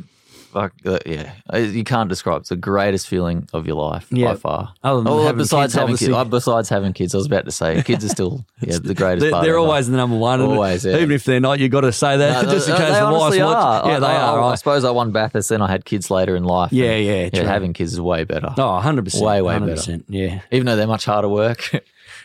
Speaker 2: fuck, uh, yeah, Uh, you can't describe. It's the greatest feeling of your life
Speaker 1: Yeah.
Speaker 2: by far.
Speaker 1: Other than
Speaker 2: Oh,
Speaker 1: having
Speaker 2: besides
Speaker 1: kids,
Speaker 2: having
Speaker 1: obviously.
Speaker 2: kids, uh, besides having kids, I was about to say kids are still yeah, the greatest.
Speaker 1: They're,
Speaker 2: part
Speaker 1: they're
Speaker 2: ever.
Speaker 1: always the number one. and
Speaker 2: Always, yeah.
Speaker 1: Even if they're not, you've got to say
Speaker 2: No,
Speaker 1: that
Speaker 2: no,
Speaker 1: just in
Speaker 2: no,
Speaker 1: case
Speaker 2: they
Speaker 1: the wife
Speaker 2: honestly
Speaker 1: watch.
Speaker 2: are.
Speaker 1: Yeah,
Speaker 2: I,
Speaker 1: they
Speaker 2: I-
Speaker 1: are.
Speaker 2: I
Speaker 1: right.
Speaker 2: suppose I won Bathurst, then I had kids later in life.
Speaker 1: Yeah,
Speaker 2: and,
Speaker 1: yeah, true.
Speaker 2: having kids is way better.
Speaker 1: Oh, 100%.
Speaker 2: Way, way better.
Speaker 1: 100%, Yeah.
Speaker 2: Even though they're much harder work.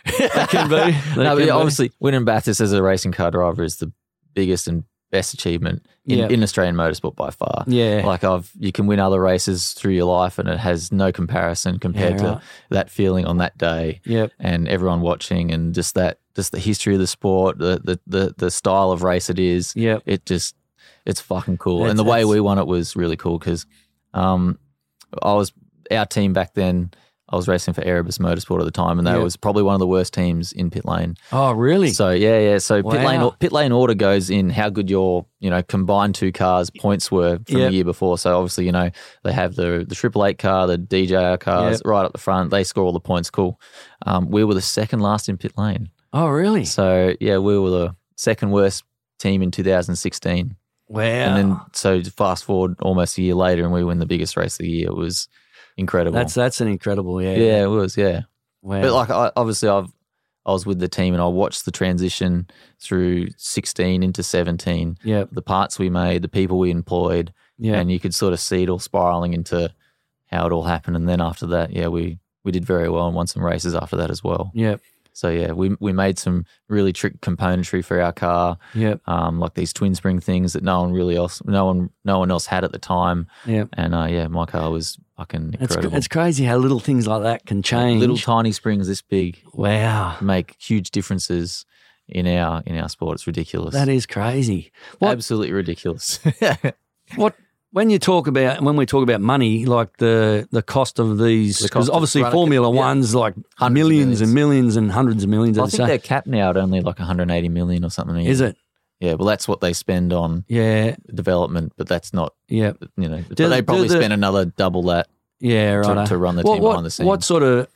Speaker 1: They can be. They
Speaker 2: no,
Speaker 1: can
Speaker 2: but
Speaker 1: be.
Speaker 2: yeah, obviously, winning Bathurst as a racing car driver is the biggest and best achievement in,
Speaker 1: Yeah.
Speaker 2: in Australian motorsport by far.
Speaker 1: Yeah.
Speaker 2: Like I've, you can win other races through your life, and it has no comparison compared
Speaker 1: Yeah, right.
Speaker 2: to that feeling on that day,
Speaker 1: Yep.
Speaker 2: and everyone watching, and just that just the history of the sport, the the the, the style of race it is.
Speaker 1: Yep.
Speaker 2: It just it's fucking cool.
Speaker 1: It's-
Speaker 2: and the way
Speaker 1: it's-
Speaker 2: we won it was really cool because um, I was our team back then. I was racing for Erebus Motorsport at the time, and they
Speaker 1: Yeah.
Speaker 2: was probably one of the worst teams in pit lane.
Speaker 1: Oh, really?
Speaker 2: So yeah, yeah. So pit
Speaker 1: Wow.
Speaker 2: lane pit lane order goes in how good your you know combined two cars points were from
Speaker 1: Yep.
Speaker 2: the year before. So obviously you know they have the the triple eight car, the DJR cars
Speaker 1: Yep.
Speaker 2: right up the front. They score all the points. Cool. Um, we were the second last in pit lane.
Speaker 1: oh, really?
Speaker 2: So yeah, we were the second worst team in 2016.
Speaker 1: wow.
Speaker 2: And then so fast forward almost a year later, and we win the biggest race of the year. It was incredible.
Speaker 1: that's that's an incredible. Yeah.
Speaker 2: yeah, it was. Yeah,
Speaker 1: Wow.
Speaker 2: but like I, obviously, I've I was with the team, and I watched the transition through 16 into 17.
Speaker 1: yep.
Speaker 2: The parts we made, the people we employed,
Speaker 1: Yeah.
Speaker 2: and you could sort of see it all spiraling into how it all happened. And then after that, yeah, we we did very well and won some races after that as well.
Speaker 1: Yep.
Speaker 2: So yeah, we we made some really trick componentry for our car,
Speaker 1: Yep.
Speaker 2: um, like these twin spring things that no one really else, no one, no one else had at the time.
Speaker 1: Yep.
Speaker 2: And uh, yeah, my car was fucking
Speaker 1: It's,
Speaker 2: incredible.
Speaker 1: it's crazy how little things like that can change.
Speaker 2: Little tiny springs this big
Speaker 1: wow.
Speaker 2: make huge differences in our in our sport. It's ridiculous.
Speaker 1: That is crazy. what-
Speaker 2: absolutely ridiculous.
Speaker 1: What when you talk about when we talk about money, like the the cost of these,
Speaker 2: The
Speaker 1: because
Speaker 2: cost of
Speaker 1: obviously
Speaker 2: running-
Speaker 1: Formula
Speaker 2: yeah.
Speaker 1: One's like
Speaker 2: of
Speaker 1: millions and millions and hundreds of millions.
Speaker 2: I
Speaker 1: I'd
Speaker 2: think they're
Speaker 1: say.
Speaker 2: capped now at only like 180 million or something.
Speaker 1: Is it?
Speaker 2: Yeah, well, that's what they spend on
Speaker 1: Yeah.
Speaker 2: development, but that's not
Speaker 1: Yeah.
Speaker 2: you know.
Speaker 1: Do-
Speaker 2: but they
Speaker 1: do
Speaker 2: probably
Speaker 1: the-
Speaker 2: spend another double that
Speaker 1: Yeah. Right.
Speaker 2: to, to run the
Speaker 1: what,
Speaker 2: team
Speaker 1: what,
Speaker 2: behind the scenes.
Speaker 1: what sort of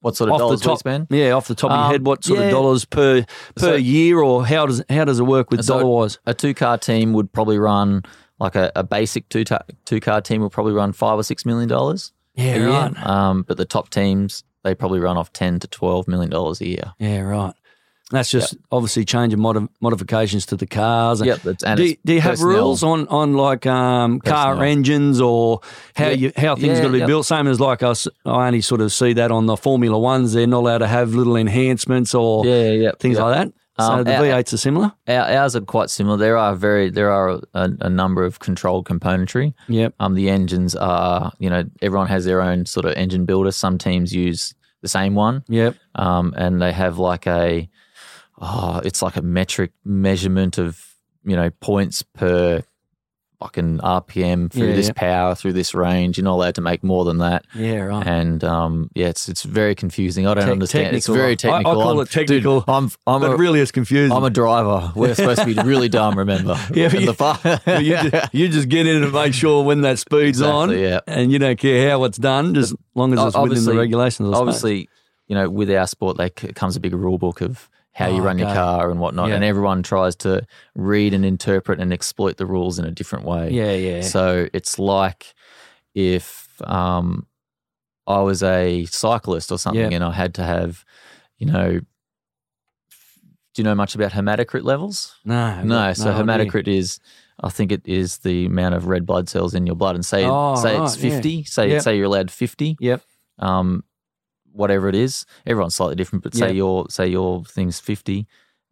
Speaker 2: what sort of
Speaker 1: off the
Speaker 2: dollars we
Speaker 1: top-
Speaker 2: spend?
Speaker 1: yeah off the top of your
Speaker 2: Um,
Speaker 1: head? What sort
Speaker 2: yeah.
Speaker 1: of dollars per per
Speaker 2: So-
Speaker 1: year, or how does how does it work with
Speaker 2: So-
Speaker 1: dollar wise?
Speaker 2: A two car team would probably run like a, a basic two ta- two car team would probably run five or six million dollars.
Speaker 1: Yeah.
Speaker 2: a year.
Speaker 1: Right.
Speaker 2: Um, but the top teams they probably run off ten to twelve million dollars a year.
Speaker 1: Yeah. Right. That's just obviously changing modi- modifications to the cars. and-
Speaker 2: Yep, that's, and
Speaker 1: do,
Speaker 2: it's
Speaker 1: you- do you have
Speaker 2: personnel.
Speaker 1: rules on on like um, car
Speaker 2: Personnel.
Speaker 1: engines or how
Speaker 2: Yeah.
Speaker 1: you how things
Speaker 2: Yeah,
Speaker 1: got to be
Speaker 2: yeah.
Speaker 1: built? Same as like us, I only sort of see that on the Formula Ones. They're not allowed to have little enhancements or
Speaker 2: Yeah, yeah, yeah,
Speaker 1: things
Speaker 2: yeah.
Speaker 1: like that. So
Speaker 2: Um,
Speaker 1: the
Speaker 2: our-
Speaker 1: V8s are similar.
Speaker 2: Our, ours are quite similar. There are very there are a, a number of controlled componentry.
Speaker 1: Yep.
Speaker 2: Um, the engines are you know everyone has their own sort of engine builder. Some teams use the same one.
Speaker 1: Yep.
Speaker 2: um, and they have like a oh, it's like a metric measurement of you know points per fucking RPM through
Speaker 1: Yeah,
Speaker 2: this
Speaker 1: yeah.
Speaker 2: power through this range. You're not allowed to make more than that.
Speaker 1: Yeah. Right.
Speaker 2: And um, yeah, it's it's very confusing. I don't
Speaker 1: Oh. Te-
Speaker 2: understand. It's
Speaker 1: technical. I- I
Speaker 2: very technical.
Speaker 1: call
Speaker 2: I'm-
Speaker 1: it technical,
Speaker 2: Dude, I'm I'm
Speaker 1: but
Speaker 2: a,
Speaker 1: it really is confusing.
Speaker 2: am a driver. We're supposed to be really dumb. Remember?
Speaker 1: Yeah, but
Speaker 2: And
Speaker 1: you-
Speaker 2: the fa-
Speaker 1: But you, ju- you just get in and make sure when that speed's on,
Speaker 2: Exactly, yeah.
Speaker 1: and you don't care how it's done, just as long as it's
Speaker 2: O-
Speaker 1: within the
Speaker 2: obviously-
Speaker 1: regulations. I suppose.
Speaker 2: obviously, you know, with our sport, there c- comes a big rule book of how you
Speaker 1: Oh,
Speaker 2: run your
Speaker 1: okay.
Speaker 2: car and whatnot,
Speaker 1: Yeah.
Speaker 2: and everyone tries to read and interpret and exploit the rules in a different way.
Speaker 1: yeah, yeah,
Speaker 2: So it's like if um, I was a cyclist or something,
Speaker 1: Yeah.
Speaker 2: and I had to have, you know, do you know much about hematocrit levels?
Speaker 1: no,
Speaker 2: No, so
Speaker 1: idea.
Speaker 2: hematocrit is, I think it is the amount of red blood cells in your blood, and say
Speaker 1: Oh,
Speaker 2: say it's
Speaker 1: right, yeah.
Speaker 2: fifty. Say
Speaker 1: Yep.
Speaker 2: say you're allowed fifty.
Speaker 1: Yep.
Speaker 2: Um, whatever it is, everyone's slightly different, but say
Speaker 1: Yep.
Speaker 2: your say your thing's fifty,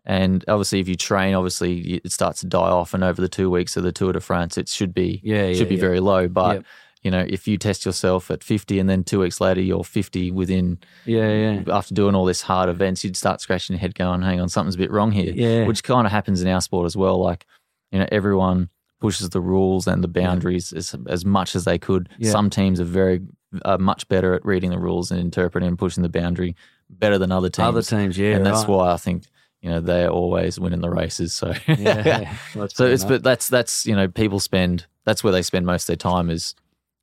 Speaker 2: and obviously if you train, obviously it starts to die off, and over the two weeks of the Tour de France, it should be
Speaker 1: Yeah, yeah,
Speaker 2: should be
Speaker 1: yeah.
Speaker 2: very low, but.
Speaker 1: Yep.
Speaker 2: You know, if you test yourself at 50 and then two weeks later you're 50 within
Speaker 1: Yeah, yeah.
Speaker 2: after doing all this hard events, you'd start scratching your head going, hang on, something's a bit wrong here.
Speaker 1: Yeah.
Speaker 2: Which kind of happens in our sport as well. Like, you know, everyone pushes the rules and the boundaries as, as much as they could.
Speaker 1: Yeah.
Speaker 2: Some teams are very, are much better at reading the rules and interpreting and pushing the boundary better than other teams.
Speaker 1: Other teams, yeah,
Speaker 2: and that's
Speaker 1: right.
Speaker 2: why I think, you know, they're always winning the races. So,
Speaker 1: Yeah, that's
Speaker 2: so
Speaker 1: fair
Speaker 2: it's,
Speaker 1: enough.
Speaker 2: but that's, that's, you know, people spend, that's where they spend most of their time is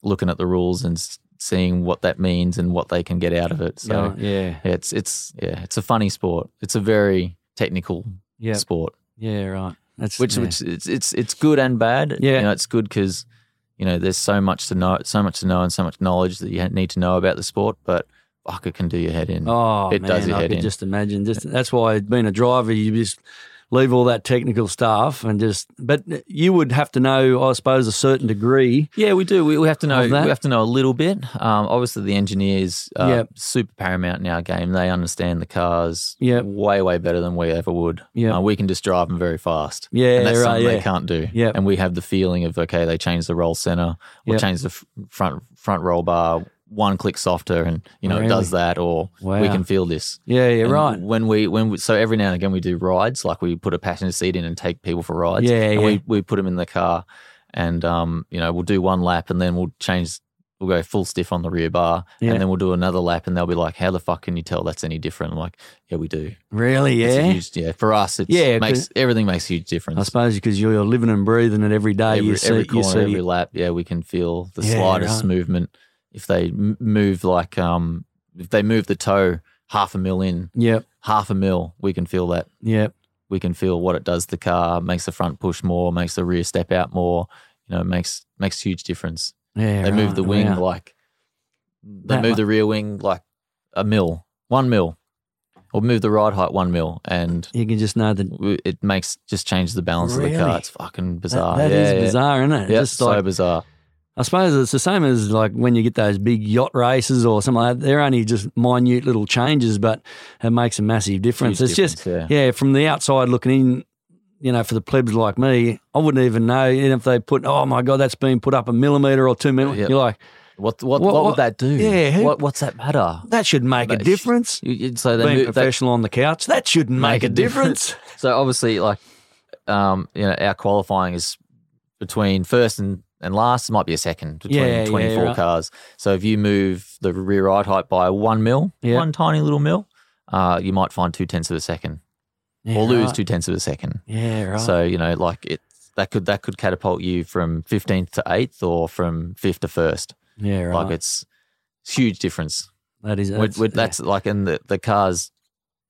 Speaker 2: looking at the rules and s- seeing what that means and what they can get out of it. So,
Speaker 1: Yeah, yeah,
Speaker 2: yeah, it's it's yeah, it's a funny sport. It's a very technical
Speaker 1: yeah,
Speaker 2: sport,
Speaker 1: yeah, right. That's
Speaker 2: which
Speaker 1: yeah.
Speaker 2: which it's it's it's good and bad.
Speaker 1: Yeah.
Speaker 2: you know, it's good because you know there's so much to know, so much to know, and so much knowledge that you ha- need to know about the sport. But fuck, it can do your head in.
Speaker 1: oh
Speaker 2: it
Speaker 1: man,
Speaker 2: does your
Speaker 1: I
Speaker 2: head
Speaker 1: could
Speaker 2: in.
Speaker 1: just imagine. Just that's why being a driver, you just leave all that technical stuff and just. But you would have to know, I suppose, a certain degree.
Speaker 2: Yeah, we do. We, we have to know.
Speaker 1: Of
Speaker 2: We
Speaker 1: that?
Speaker 2: have to know a little bit. Um, obviously, the engineers are
Speaker 1: Yep.
Speaker 2: super paramount in our game. They understand the cars
Speaker 1: Yep.
Speaker 2: way, way better than we ever would.
Speaker 1: Yep.
Speaker 2: Uh, we can just drive them very fast.
Speaker 1: Yeah,
Speaker 2: and that's
Speaker 1: right,
Speaker 2: something
Speaker 1: yeah.
Speaker 2: they can't do.
Speaker 1: Yep.
Speaker 2: and we have the feeling of okay, they changed the roll center or
Speaker 1: Yep.
Speaker 2: changed the f- front front roll bar. one click softer and you know it does that or
Speaker 1: Wow.
Speaker 2: we can feel this
Speaker 1: Yeah, yeah,
Speaker 2: And
Speaker 1: right.
Speaker 2: when we when we, so every now and again we do rides like we put a passenger seat in and take people for rides
Speaker 1: Yeah,
Speaker 2: and
Speaker 1: yeah.
Speaker 2: we we put them in the car and um you know we'll do one lap and then we'll change we'll go full stiff on the rear bar
Speaker 1: Yeah.
Speaker 2: and then we'll do another lap and they'll be like how the fuck can you tell that's any different I'm like yeah we do
Speaker 1: Really,
Speaker 2: It's a
Speaker 1: yeah.
Speaker 2: huge- yeah for us it's
Speaker 1: Yeah,
Speaker 2: yeah makes everything makes a huge
Speaker 1: I
Speaker 2: difference
Speaker 1: suppose because you're living and breathing it every day.
Speaker 2: every,
Speaker 1: Uh, you see,
Speaker 2: every corner,
Speaker 1: you see,
Speaker 2: every lap. Yeah, we can feel the
Speaker 1: Yeah,
Speaker 2: slightest
Speaker 1: right.
Speaker 2: movement. If they m- move like, um, if they move the toe half a mil in,
Speaker 1: yep,
Speaker 2: half a mil, we can feel that.
Speaker 1: yep,
Speaker 2: We can feel what it does to the car, makes the front push more, makes the rear step out more. You know, makes makes huge difference.
Speaker 1: yeah.
Speaker 2: They move the
Speaker 1: right,
Speaker 2: wing
Speaker 1: wow.
Speaker 2: like, they
Speaker 1: That
Speaker 2: move
Speaker 1: mu-
Speaker 2: the rear wing like a mil, one mil, or move the ride height one mil, and
Speaker 1: You can just know that.
Speaker 2: w- it makes just change the balance of the
Speaker 1: Really?
Speaker 2: car. It's fucking
Speaker 1: That
Speaker 2: bizarre.
Speaker 1: that is
Speaker 2: yeah, yeah.
Speaker 1: bizarre, isn't it?
Speaker 2: Yeah,
Speaker 1: just
Speaker 2: so
Speaker 1: like
Speaker 2: bizarre.
Speaker 1: I suppose it's the same as like when you get those big yacht races or something like that. They're only just minute little changes, but it makes a massive difference.
Speaker 2: Huge
Speaker 1: it's just
Speaker 2: difference,
Speaker 1: yeah. from the outside looking in, you know, for the plebs like me, I wouldn't even know. Even if they put, oh my god, that's been put up a millimeter or two millimeters,
Speaker 2: Yep.
Speaker 1: you're like,
Speaker 2: What, what,
Speaker 1: What-
Speaker 2: what,
Speaker 1: what-
Speaker 2: would that do?
Speaker 1: yeah, who-
Speaker 2: What, what's that matter?
Speaker 1: that should make a
Speaker 2: But sh-
Speaker 1: difference.
Speaker 2: You- you- so they
Speaker 1: Being
Speaker 2: move, they,
Speaker 1: professional on the couch, that shouldn't make,
Speaker 2: Make
Speaker 1: a
Speaker 2: a difference.
Speaker 1: difference.
Speaker 2: so obviously, like, um, you know, our qualifying is between first and, and last. It might be a second between
Speaker 1: Yeah, yeah,
Speaker 2: 24
Speaker 1: right.
Speaker 2: cars. So if you move the rear right height by one mil,
Speaker 1: Yeah.
Speaker 2: one tiny little mil, uh, you might find two tenths of a second
Speaker 1: yeah,
Speaker 2: or lose
Speaker 1: right.
Speaker 2: two tenths of a second.
Speaker 1: Yeah, right.
Speaker 2: So you know, like it that could that could catapult you from 15th to 8th or from 5th to 1st.
Speaker 1: yeah, right.
Speaker 2: Like it's it's huge difference.
Speaker 1: that is
Speaker 2: That's,
Speaker 1: yeah.
Speaker 2: that's like, and the, the car's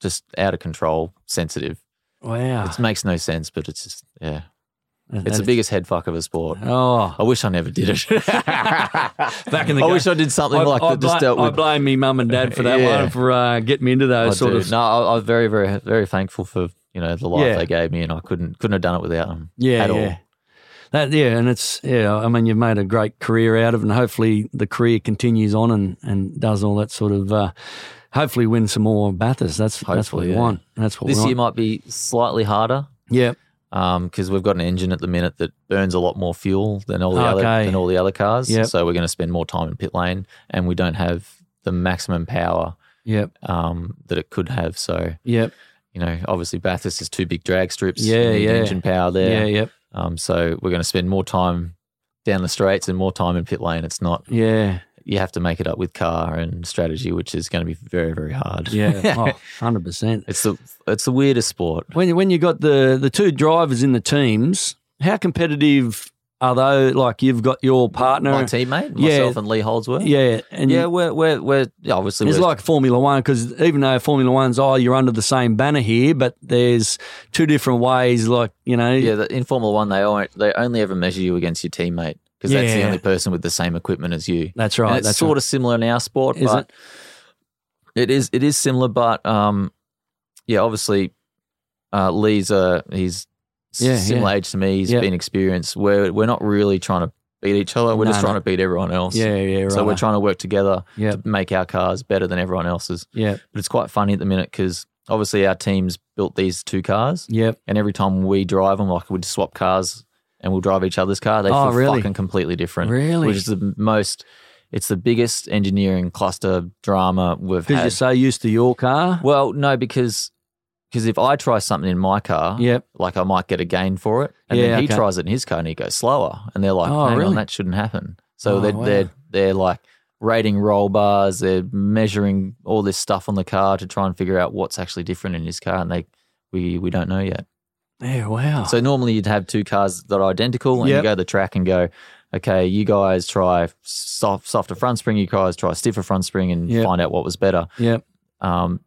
Speaker 2: just out of control, sensitive.
Speaker 1: wow.
Speaker 2: It makes no sense, but it's just, yeah.
Speaker 1: Ah. That
Speaker 2: It's the
Speaker 1: is-
Speaker 2: biggest head fuck of a sport.
Speaker 1: Oh,
Speaker 2: I wish I never did it.
Speaker 1: back in the
Speaker 2: I
Speaker 1: day.
Speaker 2: wish I did something like that. Just
Speaker 1: bla-
Speaker 2: dealt
Speaker 1: I
Speaker 2: with.
Speaker 1: blame me mum and dad for that
Speaker 2: Yeah.
Speaker 1: one for uh, getting me into those
Speaker 2: I
Speaker 1: sort
Speaker 2: do.
Speaker 1: of
Speaker 2: No, I, I'm very, very, very thankful for you know the life
Speaker 1: Yeah.
Speaker 2: they gave me, and I couldn't couldn't have done it without them.
Speaker 1: yeah
Speaker 2: at all.
Speaker 1: yeah. That yeah, and it's yeah. I mean, you've made a great career out of, it and hopefully the career continues on and and does all that sort of. Uh, hopefully, win some more Bathurst. That's that's what
Speaker 2: Hopefully,
Speaker 1: we
Speaker 2: yeah.
Speaker 1: want. That's what
Speaker 2: This
Speaker 1: we
Speaker 2: year
Speaker 1: want.
Speaker 2: might be slightly harder
Speaker 1: yeah,
Speaker 2: because Um, we've got an engine at the minute that burns a lot more fuel than all the
Speaker 1: Okay.
Speaker 2: other than all the other cars.
Speaker 1: Yep.
Speaker 2: So we're going to spend more time in pit lane, and we don't have the maximum power
Speaker 1: yeah,
Speaker 2: um, that it could have. So
Speaker 1: yeah,
Speaker 2: you know, obviously Bathurst is two big drag strips.
Speaker 1: Yeah,
Speaker 2: you need
Speaker 1: yeah.
Speaker 2: Engine power
Speaker 1: yeah,
Speaker 2: there.
Speaker 1: yeah,
Speaker 2: Um, so we're going to spend more time down the straights and more time in pit lane. It's not
Speaker 1: yeah,
Speaker 2: you have to make it up with car and strategy, which is going to be very very hard.
Speaker 1: yeah. Oh, 100 percent.
Speaker 2: It's the it's the weirdest sport.
Speaker 1: When when you got the the two drivers in the teams, how competitive are they? Like you've got your partner.
Speaker 2: My teammate,
Speaker 1: Yeah.
Speaker 2: myself, and Lee Holdsworth.
Speaker 1: Yeah, and
Speaker 2: yeah, we're we're, we're yeah, obviously
Speaker 1: It's
Speaker 2: we're
Speaker 1: like Formula One because even though Formula One's, oh, you're under the same banner here, but there's two different ways, like, you know.
Speaker 2: Yeah, the, in Formula One, they only, they only ever measure you against your teammate because that's the
Speaker 1: Yeah.
Speaker 2: only person with the same equipment as you.
Speaker 1: That's
Speaker 2: And
Speaker 1: right.
Speaker 2: it's
Speaker 1: that's
Speaker 2: sort of similar in our sport,
Speaker 1: Is
Speaker 2: but it is it is similar. But um, yeah, obviously, uh, Lee's uh he's s-
Speaker 1: Yeah,
Speaker 2: similar age to me. He's
Speaker 1: Yeah.
Speaker 2: been experienced. We're we're not really trying to beat each other. We're
Speaker 1: No,
Speaker 2: just
Speaker 1: no.
Speaker 2: trying to beat everyone else.
Speaker 1: Yeah, yeah, right.
Speaker 2: So we're trying to work together
Speaker 1: Yeah,
Speaker 2: to make our cars better than everyone else's.
Speaker 1: yeah,
Speaker 2: But it's quite funny at the minute because obviously our teams built these two cars.
Speaker 1: yeah.
Speaker 2: And every time we drive them, like we'd swap cars and we'll drive each other's car, they
Speaker 1: Oh,
Speaker 2: feel
Speaker 1: really?
Speaker 2: fucking completely different.
Speaker 1: Really?
Speaker 2: Which is the most, it's the biggest engineering cluster drama we've
Speaker 1: Because you're
Speaker 2: had.
Speaker 1: so used to your car.
Speaker 2: well, no, because because if I try something in my car,
Speaker 1: Yep.
Speaker 2: like I might get a gain for it. And
Speaker 1: Yeah,
Speaker 2: then he
Speaker 1: okay.
Speaker 2: tries it in his car and he goes slower. And they're like,
Speaker 1: Oh,
Speaker 2: hang
Speaker 1: really?
Speaker 2: on, that shouldn't happen. So
Speaker 1: Oh,
Speaker 2: they're,
Speaker 1: wow.
Speaker 2: they're, they're like rating roll bars, they're measuring all this stuff on the car to try and figure out what's actually different in his car. And they, we, we don't know yet.
Speaker 1: Yeah, wow.
Speaker 2: So normally you'd have two cars that are identical, and
Speaker 1: Yep.
Speaker 2: you go to the track and go, okay, you guys try soft, softer front spring, you guys try stiffer front spring, and
Speaker 1: Yep.
Speaker 2: find out what was better.
Speaker 1: yeah,
Speaker 2: Um,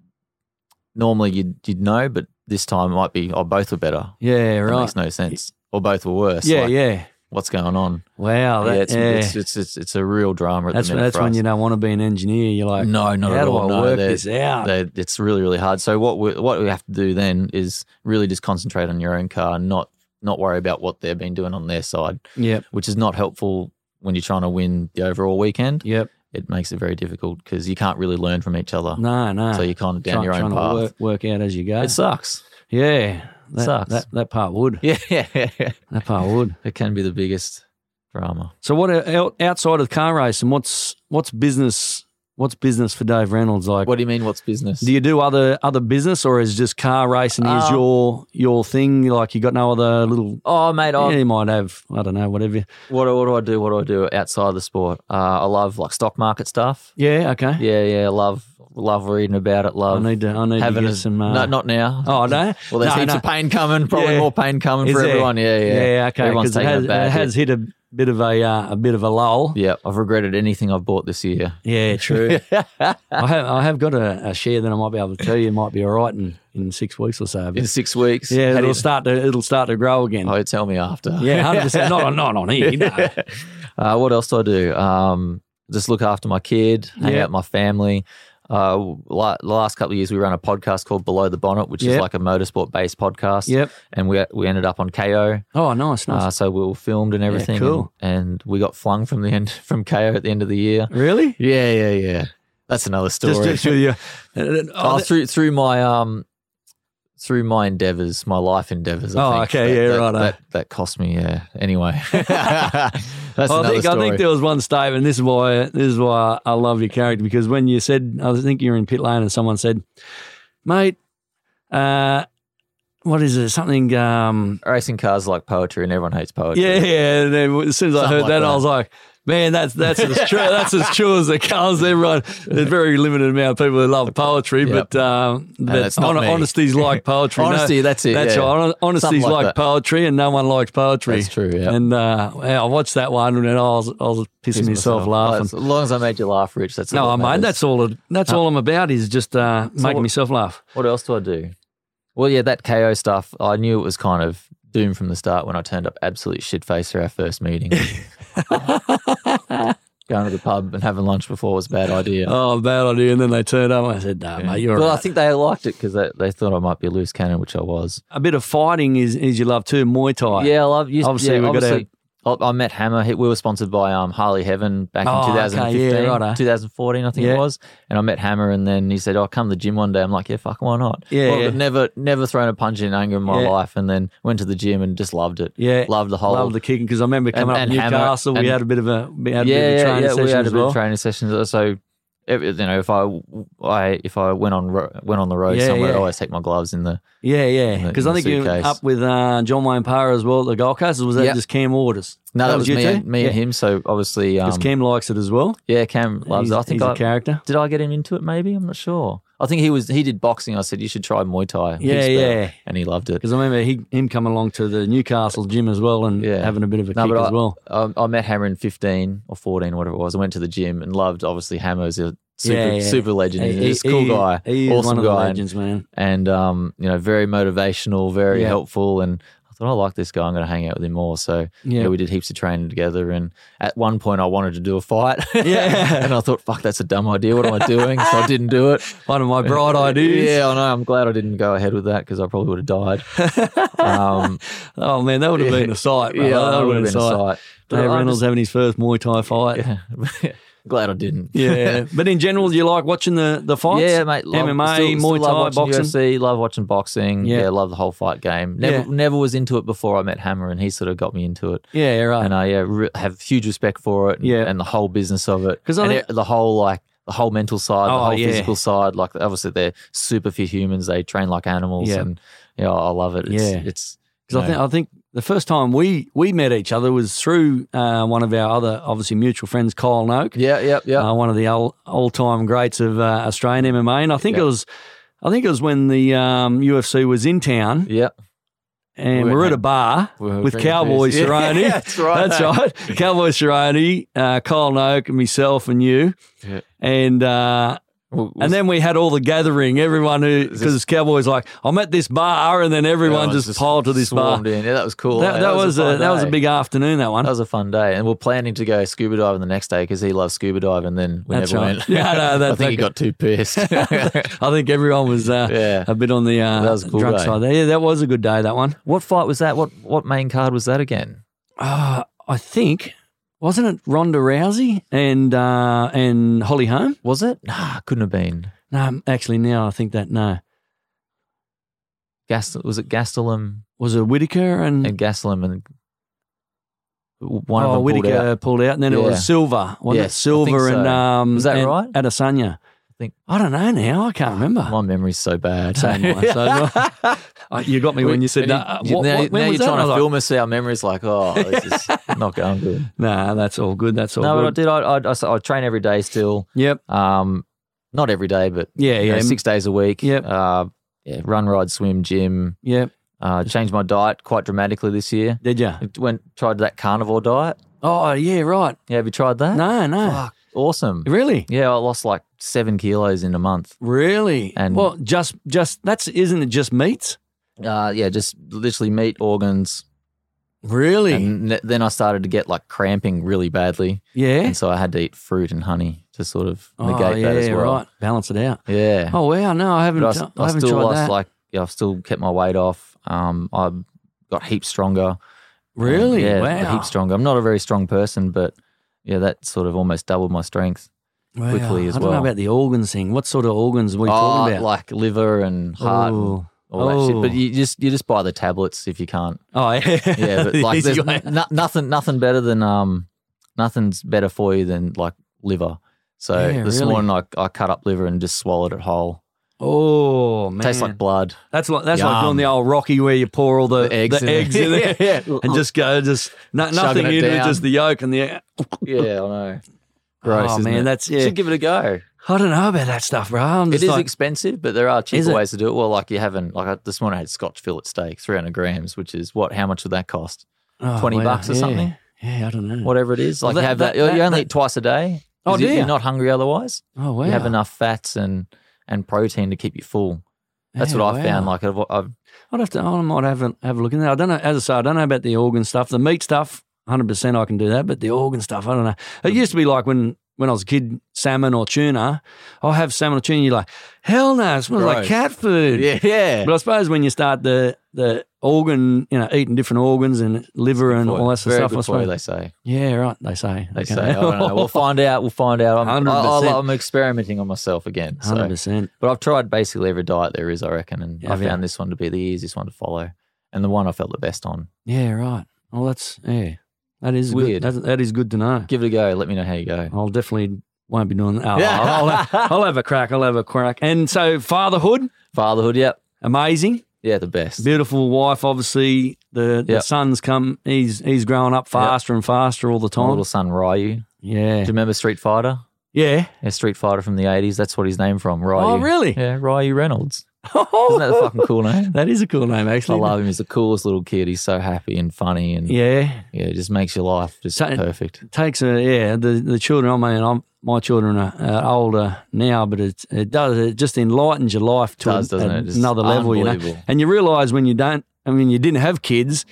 Speaker 2: normally you'd you'd know, but this time it might be oh both were better.
Speaker 1: yeah,
Speaker 2: That
Speaker 1: right.
Speaker 2: makes no sense, or both were worse.
Speaker 1: Yeah,
Speaker 2: Like,
Speaker 1: yeah.
Speaker 2: What's going on?
Speaker 1: Wow. That,
Speaker 2: yeah, it's,
Speaker 1: yeah.
Speaker 2: It's, it's it's it's a real drama at
Speaker 1: that's
Speaker 2: the minute.
Speaker 1: that's
Speaker 2: for
Speaker 1: when
Speaker 2: us.
Speaker 1: you don't want to be an engineer. You're like,
Speaker 2: no, not
Speaker 1: how
Speaker 2: at
Speaker 1: do
Speaker 2: all.
Speaker 1: I
Speaker 2: no,
Speaker 1: work
Speaker 2: they're-
Speaker 1: this out?
Speaker 2: they, it's really really hard. So what we, what we have to do then is really just concentrate on your own car, and not not worry about what they've been doing on their side,
Speaker 1: Yep,
Speaker 2: which is not helpful when you're trying to win the overall weekend.
Speaker 1: yep.
Speaker 2: It makes it very difficult because you can't really learn from each other.
Speaker 1: No, no.
Speaker 2: Ah, So you're kind of down
Speaker 1: Try-
Speaker 2: your
Speaker 1: trying
Speaker 2: own
Speaker 1: to
Speaker 2: path.
Speaker 1: Work, work out as you go.
Speaker 2: It sucks.
Speaker 1: yeah. That,
Speaker 2: sucks.
Speaker 1: That, that part would.
Speaker 2: Yeah, yeah, yeah.
Speaker 1: That part would.
Speaker 2: It can be the biggest Drama.
Speaker 1: So what out- outside of car racing, what's what's business? What's business for Dave Reynolds like?
Speaker 2: What do you mean? What's business?
Speaker 1: do you do other other business, or is just car racing is
Speaker 2: Um,
Speaker 1: your your thing? Like you got no other little?
Speaker 2: oh, mate, I,
Speaker 1: Yeah, you might have I don't know whatever. you-
Speaker 2: what, do- what do I do? What do I do outside the sport? Uh, I love like stock market stuff.
Speaker 1: Yeah, okay.
Speaker 2: Yeah, yeah, love love reading about it.
Speaker 1: I
Speaker 2: Love
Speaker 1: need to I need to
Speaker 2: having
Speaker 1: get
Speaker 2: a,
Speaker 1: some. Uh,
Speaker 2: no, not now.
Speaker 1: oh no.
Speaker 2: Well, there's
Speaker 1: no,
Speaker 2: heaps
Speaker 1: no.
Speaker 2: of pain coming. Probably
Speaker 1: Yeah.
Speaker 2: more pain coming
Speaker 1: Is
Speaker 2: for
Speaker 1: there?
Speaker 2: everyone. Yeah, yeah,
Speaker 1: yeah, okay.
Speaker 2: Everyone's
Speaker 1: Because it
Speaker 2: taking
Speaker 1: has,
Speaker 2: a bad
Speaker 1: it has hit a bit of a uh, a bit of a lull.
Speaker 2: Yeah, I've regretted anything I've bought this year.
Speaker 1: Yeah, true. I have I have got a, a share that I might be able to tell you might be all right in, in six weeks or so.
Speaker 2: In
Speaker 1: But
Speaker 2: six weeks.
Speaker 1: yeah,
Speaker 2: How do
Speaker 1: it'll
Speaker 2: you-
Speaker 1: start to it'll start to grow again.
Speaker 2: Oh, you tell me after.
Speaker 1: Yeah, hundred percent. Not not on here. No.
Speaker 2: Uh, what else do I do? Um, just look after my kid, hang
Speaker 1: Yeah.
Speaker 2: out with my family. Uh, la- the last couple of years, we run a podcast called Below the Bonnet, which is
Speaker 1: Yep.
Speaker 2: like a motorsport based podcast.
Speaker 1: Yep.
Speaker 2: And we we ended up on KO,
Speaker 1: Oh, nice, nice.
Speaker 2: uh, so we were filmed and everything.
Speaker 1: cool.
Speaker 2: And, and we got flung from the end from KO at the end of the year.
Speaker 1: really?
Speaker 2: Yeah, yeah, yeah. That's another story.
Speaker 1: Just, just with your,
Speaker 2: Oh,
Speaker 1: oh,
Speaker 2: through through my um through my endeavors, my life endeavors. I
Speaker 1: Oh,
Speaker 2: think.
Speaker 1: okay,
Speaker 2: That-
Speaker 1: yeah,
Speaker 2: that,
Speaker 1: righto.
Speaker 2: That, that cost me. Yeah. Anyway, that's another
Speaker 1: Oh, I think
Speaker 2: story.
Speaker 1: I think there was one statement. This is why this is why I love your character because when you said I think you were in pit lane and someone said, "Mate, uh, what is it? Something?" Um,
Speaker 2: Racing cars are like poetry, and everyone hates poetry.
Speaker 1: yeah, yeah. And then as soon as I
Speaker 2: Something
Speaker 1: heard
Speaker 2: like
Speaker 1: that,
Speaker 2: that.
Speaker 1: I was like. Man, that's that's as true. That's as true as it comes. Everyone, there's a very limited amount of people that love poetry,
Speaker 2: Yep.
Speaker 1: but um, but
Speaker 2: that's not me.
Speaker 1: honesty's like poetry. No,
Speaker 2: Honesty, that's it.
Speaker 1: That's
Speaker 2: yeah.
Speaker 1: right. Hon- Honesty's
Speaker 2: Something
Speaker 1: like,
Speaker 2: like that.
Speaker 1: poetry, and no one likes poetry.
Speaker 2: That's true. Yeah.
Speaker 1: And uh, yeah, I watched that one, and I was, I was pissing
Speaker 2: Excuse
Speaker 1: myself,
Speaker 2: myself.
Speaker 1: laughing.
Speaker 2: As long as I made you laugh, Rich. That's
Speaker 1: no,
Speaker 2: all
Speaker 1: I
Speaker 2: that
Speaker 1: mean
Speaker 2: matters.
Speaker 1: that's all. That's all I'm about is just uh, making
Speaker 2: what-
Speaker 1: myself laugh.
Speaker 2: What else do I do? Well, yeah, that KO stuff. I knew it was kind of doomed from the start when I turned up absolute shit face for our first meeting. Going to the pub and having lunch before was a bad idea.
Speaker 1: Oh, bad idea. And then they turned up. and I said, "No, mate, you're
Speaker 2: Well, I
Speaker 1: right.
Speaker 2: think they liked it because they, they thought I might be a loose cannon, which I was.
Speaker 1: a bit of fighting is, is you love too. Muay Thai.
Speaker 2: Yeah, I love you.
Speaker 1: Obviously,
Speaker 2: yeah,
Speaker 1: we've got to-
Speaker 2: obviously, I I met Hammer. He- We were sponsored by um, Harley Heaven back
Speaker 1: Oh, okay,
Speaker 2: in 2015,
Speaker 1: yeah, righto.
Speaker 2: 2014, I think
Speaker 1: Yeah.
Speaker 2: it was. And I met Hammer, and then he said, "Oh, come to the gym one day." I'm like, "Yeah, fuck, why not?"
Speaker 1: Yeah,
Speaker 2: Well,
Speaker 1: yeah.
Speaker 2: never, never thrown a punch in anger in my
Speaker 1: Yeah.
Speaker 2: life, and then went to the gym and just loved it.
Speaker 1: yeah.
Speaker 2: loved the whole.
Speaker 1: Love the kicking because I remember
Speaker 2: And-
Speaker 1: coming
Speaker 2: and
Speaker 1: up to
Speaker 2: hammer-
Speaker 1: Newcastle. we
Speaker 2: and-
Speaker 1: had a bit of a we had a
Speaker 2: yeah,
Speaker 1: bit of a
Speaker 2: yeah,
Speaker 1: training
Speaker 2: yeah,
Speaker 1: session
Speaker 2: we had
Speaker 1: as
Speaker 2: a bit
Speaker 1: well.
Speaker 2: of training sessions. Uh, So, every, you know, if I, I, if I went on ro- went on the road
Speaker 1: Yeah,
Speaker 2: somewhere,
Speaker 1: yeah.
Speaker 2: I always take my gloves in the.
Speaker 1: yeah, yeah.
Speaker 2: the-
Speaker 1: Because
Speaker 2: in
Speaker 1: I
Speaker 2: the
Speaker 1: think you were
Speaker 2: suitcase.
Speaker 1: up with uh, John Wayne Parra as well at the Gold Coast. Or was that
Speaker 2: Yeah.
Speaker 1: just Cam Orders?
Speaker 2: No, that, was,
Speaker 1: you
Speaker 2: me,
Speaker 1: two?
Speaker 2: and, me and
Speaker 1: Yeah.
Speaker 2: him. So obviously, um,
Speaker 1: Because Cam likes it as well.
Speaker 2: yeah, Cam loves.
Speaker 1: He's-
Speaker 2: it. I think
Speaker 1: he's a
Speaker 2: I,
Speaker 1: character.
Speaker 2: Did I get him into it? Maybe I'm not sure. I think he was. He did boxing. I said you should try Muay Thai.
Speaker 1: Yeah,
Speaker 2: Heaps better."
Speaker 1: yeah.
Speaker 2: and he loved it.
Speaker 1: Because I remember he, him coming along to the Newcastle gym as well and
Speaker 2: Yeah.
Speaker 1: having a bit of a
Speaker 2: No,
Speaker 1: kick
Speaker 2: but
Speaker 1: as well.
Speaker 2: I, um, I met Hammer in 15 or 14, whatever it was. I went to the gym and loved. Obviously, Hammer's a super
Speaker 1: Yeah, yeah.
Speaker 2: super legend. He's
Speaker 1: He-
Speaker 2: just a cool
Speaker 1: he-
Speaker 2: guy,
Speaker 1: He is
Speaker 2: awesome
Speaker 1: one of
Speaker 2: guy,
Speaker 1: the
Speaker 2: and-
Speaker 1: legends, man.
Speaker 2: and um, you know, very motivational, very
Speaker 1: Yeah.
Speaker 2: helpful. And I thought I like this guy. I'm going to hang out with him more. So
Speaker 1: Yeah.
Speaker 2: yeah, we did heaps of training together. And at one point, I wanted to do a fight.
Speaker 1: Yeah.
Speaker 2: and I thought, fuck, that's a dumb idea. What am I doing? so I didn't do it.
Speaker 1: One of my bright ideas.
Speaker 2: Yeah, I know. I'm glad I didn't go ahead with that because I probably would have died. um,
Speaker 1: Oh man, that would have been a sight.
Speaker 2: yeah, that would have been a sight. But
Speaker 1: Dave
Speaker 2: I
Speaker 1: Reynolds having his first Muay Thai fight.
Speaker 2: just- glad I didn't.
Speaker 1: Yeah. but in general, you like watching the the fights.
Speaker 2: Yeah, mate. Love,
Speaker 1: MMA,
Speaker 2: still, still
Speaker 1: Muay
Speaker 2: love
Speaker 1: Thai,
Speaker 2: watching
Speaker 1: boxing.
Speaker 2: UFC, love watching boxing.
Speaker 1: Yeah.
Speaker 2: Yeah. love the whole fight game. Never,
Speaker 1: Yeah.
Speaker 2: never was into it before I met Hammer, and he sort of got me into it.
Speaker 1: Yeah, right.
Speaker 2: and I yeah, re- have huge respect for it. And,
Speaker 1: Oh. Yeah.
Speaker 2: and the whole business of it.
Speaker 1: 'Cause I
Speaker 2: and
Speaker 1: think-
Speaker 2: it- the whole like the whole mental side,
Speaker 1: Oh,
Speaker 2: the whole
Speaker 1: yeah.
Speaker 2: physical side. Like obviously they're super fit humans. They train like animals,
Speaker 1: Yeah.
Speaker 2: and yeah, I love it. It's,
Speaker 1: Yeah.
Speaker 2: it's
Speaker 1: Because I
Speaker 2: you
Speaker 1: think I think the first time we we met each other was through uh, one of our other obviously mutual friends, Kyle Noak.
Speaker 2: yeah, yeah, yeah.
Speaker 1: uh, one of the all all time greats of uh, Australian MMA. And I think it
Speaker 2: Yeah.
Speaker 1: was, I think it was when the um, UFC was in town,
Speaker 2: yeah,
Speaker 1: and
Speaker 2: We
Speaker 1: we're
Speaker 2: were
Speaker 1: at a bar
Speaker 2: We were
Speaker 1: with
Speaker 2: drinking
Speaker 1: Cowboy
Speaker 2: beers. Yeah,
Speaker 1: Cerrone.
Speaker 2: that's right.
Speaker 1: That's right. Cowboy Cerrone, uh, Kyle Noak, and myself, and you.
Speaker 2: Yeah.
Speaker 1: And uh,
Speaker 2: W-
Speaker 1: and then we had all the gathering, everyone who because Cowboy's like, I'm at this bar, and then everyone
Speaker 2: everyone's
Speaker 1: just, piled to this bar.
Speaker 2: Oh, swarmed in. Yeah, that was cool.
Speaker 1: That,
Speaker 2: eh?
Speaker 1: that, was a
Speaker 2: fun
Speaker 1: that was a
Speaker 2: day.
Speaker 1: big afternoon. That one.
Speaker 2: That was a fun day, and we're planning to go scuba diving the next day because he loves scuba diving. And then we
Speaker 1: That's
Speaker 2: never
Speaker 1: right.
Speaker 2: went.
Speaker 1: Yeah, no, that-
Speaker 2: I think he
Speaker 1: that-
Speaker 2: got too pissed.
Speaker 1: I think everyone was uh,
Speaker 2: Yeah.
Speaker 1: a bit on the uh,
Speaker 2: That was a cool
Speaker 1: drunk
Speaker 2: day.
Speaker 1: side. there. Yeah, that was a good day. That one.
Speaker 2: what fight was that? What what main card was that again?
Speaker 1: uh, I think wasn't it Ronda Rousey and uh, and Holly Holm?
Speaker 2: Was it? Nah, Ah, couldn't have been.
Speaker 1: No, actually, now I think that no,
Speaker 2: Gas was it Gastelum
Speaker 1: was it Whitaker and
Speaker 2: and Gastelum and one
Speaker 1: Mm.
Speaker 2: of
Speaker 1: oh,
Speaker 2: them pulled
Speaker 1: Whittaker
Speaker 2: out.
Speaker 1: pulled, out, and then it
Speaker 2: Yeah.
Speaker 1: was Silver. Wasn't
Speaker 2: Yes, I
Speaker 1: it Silver
Speaker 2: think so.
Speaker 1: and um,
Speaker 2: Was that
Speaker 1: and
Speaker 2: right?
Speaker 1: Adesanya. I
Speaker 2: think-
Speaker 1: I don't know now. I can't remember.
Speaker 2: My memory's so bad.
Speaker 1: So am I. So am I. you got me when you said
Speaker 2: And you-
Speaker 1: that. Uh,
Speaker 2: you-
Speaker 1: What-
Speaker 2: now,
Speaker 1: what- when
Speaker 2: now
Speaker 1: was
Speaker 2: you're
Speaker 1: that? I
Speaker 2: trying
Speaker 1: was
Speaker 2: to
Speaker 1: like,
Speaker 2: film us. Our memory's like, oh, this is not going good.
Speaker 1: Nah, that's all good. That's all
Speaker 2: No, but I
Speaker 1: good.
Speaker 2: did. I, I- I s- I train every day still.
Speaker 1: Yep.
Speaker 2: Um, not every day, but
Speaker 1: Yeah.
Speaker 2: you know,
Speaker 1: Yeah.
Speaker 2: six days a week.
Speaker 1: Yep.
Speaker 2: Uh, yeah, run, ride, swim, gym.
Speaker 1: Yep.
Speaker 2: Uh, changed my diet quite dramatically this year.
Speaker 1: Did you?
Speaker 2: It Went tried that carnivore diet.
Speaker 1: Oh yeah. Right.
Speaker 2: Yeah, have you tried that?
Speaker 1: No. No.
Speaker 2: Fuck, awesome.
Speaker 1: Really.
Speaker 2: Yeah, I lost like seven kilos in a month.
Speaker 1: Really?
Speaker 2: And-
Speaker 1: well, just just that's isn't it just meats?
Speaker 2: Uh, yeah, just literally meat organs.
Speaker 1: Really?
Speaker 2: And ne- then I started to get like cramping really badly,
Speaker 1: yeah.
Speaker 2: and so I had to eat fruit and honey to sort of negate
Speaker 1: Eh? oh, yeah,
Speaker 2: that as well.
Speaker 1: right. Balance it out.
Speaker 2: Yeah.
Speaker 1: Oh wow, no, I haven't.
Speaker 2: but I,
Speaker 1: I,
Speaker 2: s- I
Speaker 1: haven't
Speaker 2: still
Speaker 1: tried
Speaker 2: lost
Speaker 1: that.
Speaker 2: like yeah, I've still kept my weight off. Um, I got heaps stronger. Um,
Speaker 1: really?
Speaker 2: yeah,
Speaker 1: wow.
Speaker 2: heaps stronger. I'm not a very strong person, but yeah, that sort of almost doubled my strength.
Speaker 1: Wow.
Speaker 2: quickly as
Speaker 1: I don't know
Speaker 2: well.
Speaker 1: about the organs thing. What sort of organs are we
Speaker 2: Oh,
Speaker 1: talking about?
Speaker 2: like liver and heart and
Speaker 1: oh.
Speaker 2: all that shit. But
Speaker 1: Oh.
Speaker 2: you just you just buy the tablets if you can't.
Speaker 1: oh, yeah.
Speaker 2: Yeah, but like
Speaker 1: Easy
Speaker 2: there's
Speaker 1: way.
Speaker 2: no, nothing nothing better than um nothing's better for you than like liver. So
Speaker 1: Yeah,
Speaker 2: this
Speaker 1: really.
Speaker 2: morning I, I cut up liver and just swallowed it whole.
Speaker 1: oh man,
Speaker 2: Tastes like blood.
Speaker 1: that's like that's like
Speaker 2: Yum.
Speaker 1: doing the old Rocky where you pour all the, the eggs, in, there
Speaker 2: yeah,
Speaker 1: and just go just no, nothing
Speaker 2: it
Speaker 1: in it,
Speaker 2: down.
Speaker 1: just the yolk and the. e,
Speaker 2: yeah, I know. Gross,
Speaker 1: oh
Speaker 2: isn't
Speaker 1: man,
Speaker 2: it?
Speaker 1: that's yeah.
Speaker 2: Should give it a go.
Speaker 1: I don't know about that stuff, bro. I'm
Speaker 2: It
Speaker 1: just
Speaker 2: is
Speaker 1: like,
Speaker 2: expensive, but there are
Speaker 1: Is
Speaker 2: cheaper
Speaker 1: it?
Speaker 2: ways to do it. Well, like you haven't like I, this morning I had Scotch fillet steak, three hundred grams, which is what? How much would that cost?
Speaker 1: oh,
Speaker 2: 20
Speaker 1: wow,
Speaker 2: bucks or
Speaker 1: yeah.
Speaker 2: something?
Speaker 1: Yeah, I don't know.
Speaker 2: Whatever it is,
Speaker 1: Well,
Speaker 2: like
Speaker 1: that-
Speaker 2: you have
Speaker 1: that-
Speaker 2: that. you- you
Speaker 1: that-
Speaker 2: only
Speaker 1: that-
Speaker 2: eat twice a day. 'cause
Speaker 1: Oh,
Speaker 2: you,
Speaker 1: do ya?
Speaker 2: you're not hungry otherwise.
Speaker 1: Oh wow,
Speaker 2: You have enough fats and and protein to keep you full. That's
Speaker 1: Yeah,
Speaker 2: what I
Speaker 1: wow.
Speaker 2: found. Like I've, I've
Speaker 1: I'd have to. I might have a, have a look in there. I don't know. As I say, I don't know about the organ stuff. The meat stuff, hundred percent, I can do that. But the organ stuff, I don't know. It used to be like when when I was a kid, salmon or tuna. I'll have salmon or tuna. You're like, hell no, it smells like
Speaker 2: Gross.
Speaker 1: cat food.
Speaker 2: yeah yeah.
Speaker 1: But I suppose when you start the the organ, you know, eating different organs and liver and all that sort
Speaker 2: Very
Speaker 1: of stuff. I
Speaker 2: good for you,
Speaker 1: suppose.
Speaker 2: they say.
Speaker 1: yeah, right. They say.
Speaker 2: They say. I don't know. We'll find out. We'll find out. I'm, I, I,
Speaker 1: 100%.
Speaker 2: I'm experimenting on myself again. So.
Speaker 1: Hundred percent.
Speaker 2: But I've tried basically every diet there is, I reckon, and I
Speaker 1: Have ya?
Speaker 2: found this one to be the easiest one to follow, and the one I felt the best on.
Speaker 1: Yeah, right. Well, that's yeah. That is
Speaker 2: Weird.
Speaker 1: Good. That, that is good to know.
Speaker 2: Give it a go. Let me know how you go. Oh,
Speaker 1: I'll definitely won't be doing that. I'll- I'll, I'll, I'll have a crack. I'll have a crack. And so fatherhood,
Speaker 2: Fatherhood, yep,
Speaker 1: amazing,
Speaker 2: yeah, the best.
Speaker 1: beautiful wife. Obviously, the, the
Speaker 2: Yep.
Speaker 1: son's come. He's he's growing up faster and faster all the
Speaker 2: My
Speaker 1: time.
Speaker 2: little son Ryu. Do
Speaker 1: Yeah,
Speaker 2: you remember Street Fighter?
Speaker 1: yeah.
Speaker 2: Yeah, Street Fighter from the eighties. That's what his name from Ryu.
Speaker 1: Oh, really?
Speaker 2: Yeah, Ryu Reynolds. Isn't that a fucking cool name?
Speaker 1: that is a cool name,
Speaker 2: I
Speaker 1: actually.
Speaker 2: love him. He's the coolest little kid. He's so happy and funny, and yeah,
Speaker 1: Yeah,
Speaker 2: it just makes your life just
Speaker 1: So-
Speaker 2: perfect.
Speaker 1: takes a yeah. The the children. I mean, I'm, my children are uh, older now, but it it does it just enlightens your life to
Speaker 2: does,
Speaker 1: a-
Speaker 2: doesn't it? Just
Speaker 1: another level, you know.
Speaker 2: unbelievable.
Speaker 1: And you realise when you don't. I mean, you didn't have kids.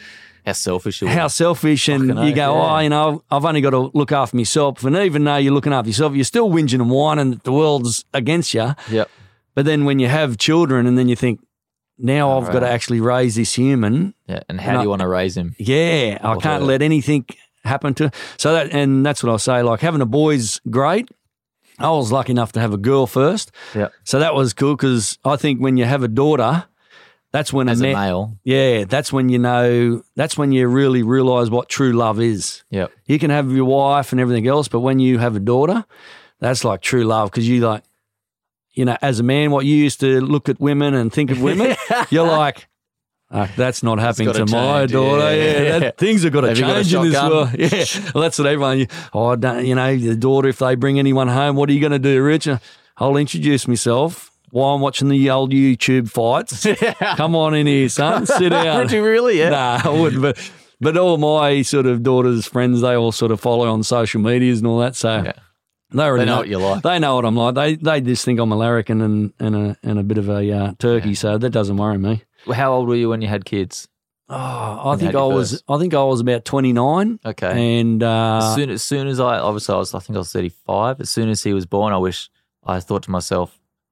Speaker 2: How selfish you
Speaker 1: how
Speaker 2: are.
Speaker 1: selfish and
Speaker 2: Fucking
Speaker 1: you
Speaker 2: oath,
Speaker 1: go,
Speaker 2: yeah.
Speaker 1: oh, you know, I've only got to look after myself. And even though you're looking after yourself, you're still whinging and whining that the world's against you.
Speaker 2: Yep.
Speaker 1: But then when you have children and then you think, now I've got to
Speaker 2: Alright.
Speaker 1: actually raise this human.
Speaker 2: Yeah, and
Speaker 1: And
Speaker 2: how
Speaker 1: I-
Speaker 2: do you want to raise him?
Speaker 1: Yeah, I
Speaker 2: Or
Speaker 1: can't
Speaker 2: her.
Speaker 1: let anything happen to. So that, and that's what I say. Like having a boy's great. I was lucky enough to have a girl first.
Speaker 2: Yep.
Speaker 1: So that was cool because I think when you have a daughter, that's when
Speaker 2: As
Speaker 1: a
Speaker 2: a
Speaker 1: man,
Speaker 2: male.
Speaker 1: yeah, that's when you know, that's when you really realize what true love is.
Speaker 2: Yep.
Speaker 1: You can have your wife and everything else, but when you have a daughter, that's like true love because you like, you know, as a man, what you used to look at women and think of women, you're like, "Ah, that's not happening to
Speaker 2: Uh, gotta
Speaker 1: my
Speaker 2: change,
Speaker 1: daughter.
Speaker 2: yeah,
Speaker 1: Yeah,
Speaker 2: yeah.
Speaker 1: that- things have got to
Speaker 2: Have you got a
Speaker 1: change in this
Speaker 2: shotgun?
Speaker 1: world. Yeah, well, that's what everyone. You, oh, I don't, you know, your daughter. If they bring anyone home, what are you going to do, Rich? Uh, I'll introduce myself while I'm watching the old YouTube fights. Come on in here, son. Sit down.
Speaker 2: Would you really? Yeah.
Speaker 1: Nah, I wouldn't. But but all my sort of daughters' friends, they all sort of follow on social medias and all that. So
Speaker 2: Yeah.
Speaker 1: they already
Speaker 2: They know what you're like.
Speaker 1: They know what I'm like. They they just think I'm American and and a and a bit of a uh, turkey. So that doesn't worry me.
Speaker 2: How old were you when you had kids?
Speaker 1: Oh, I
Speaker 2: And
Speaker 1: think
Speaker 2: how
Speaker 1: I
Speaker 2: do you
Speaker 1: was
Speaker 2: first?
Speaker 1: I think I was about 29,
Speaker 2: Okay.
Speaker 1: and
Speaker 2: as
Speaker 1: uh,
Speaker 2: soon as soon as I obviously I was I think I was thirty five. As soon as he was born, I wish I thought to myself,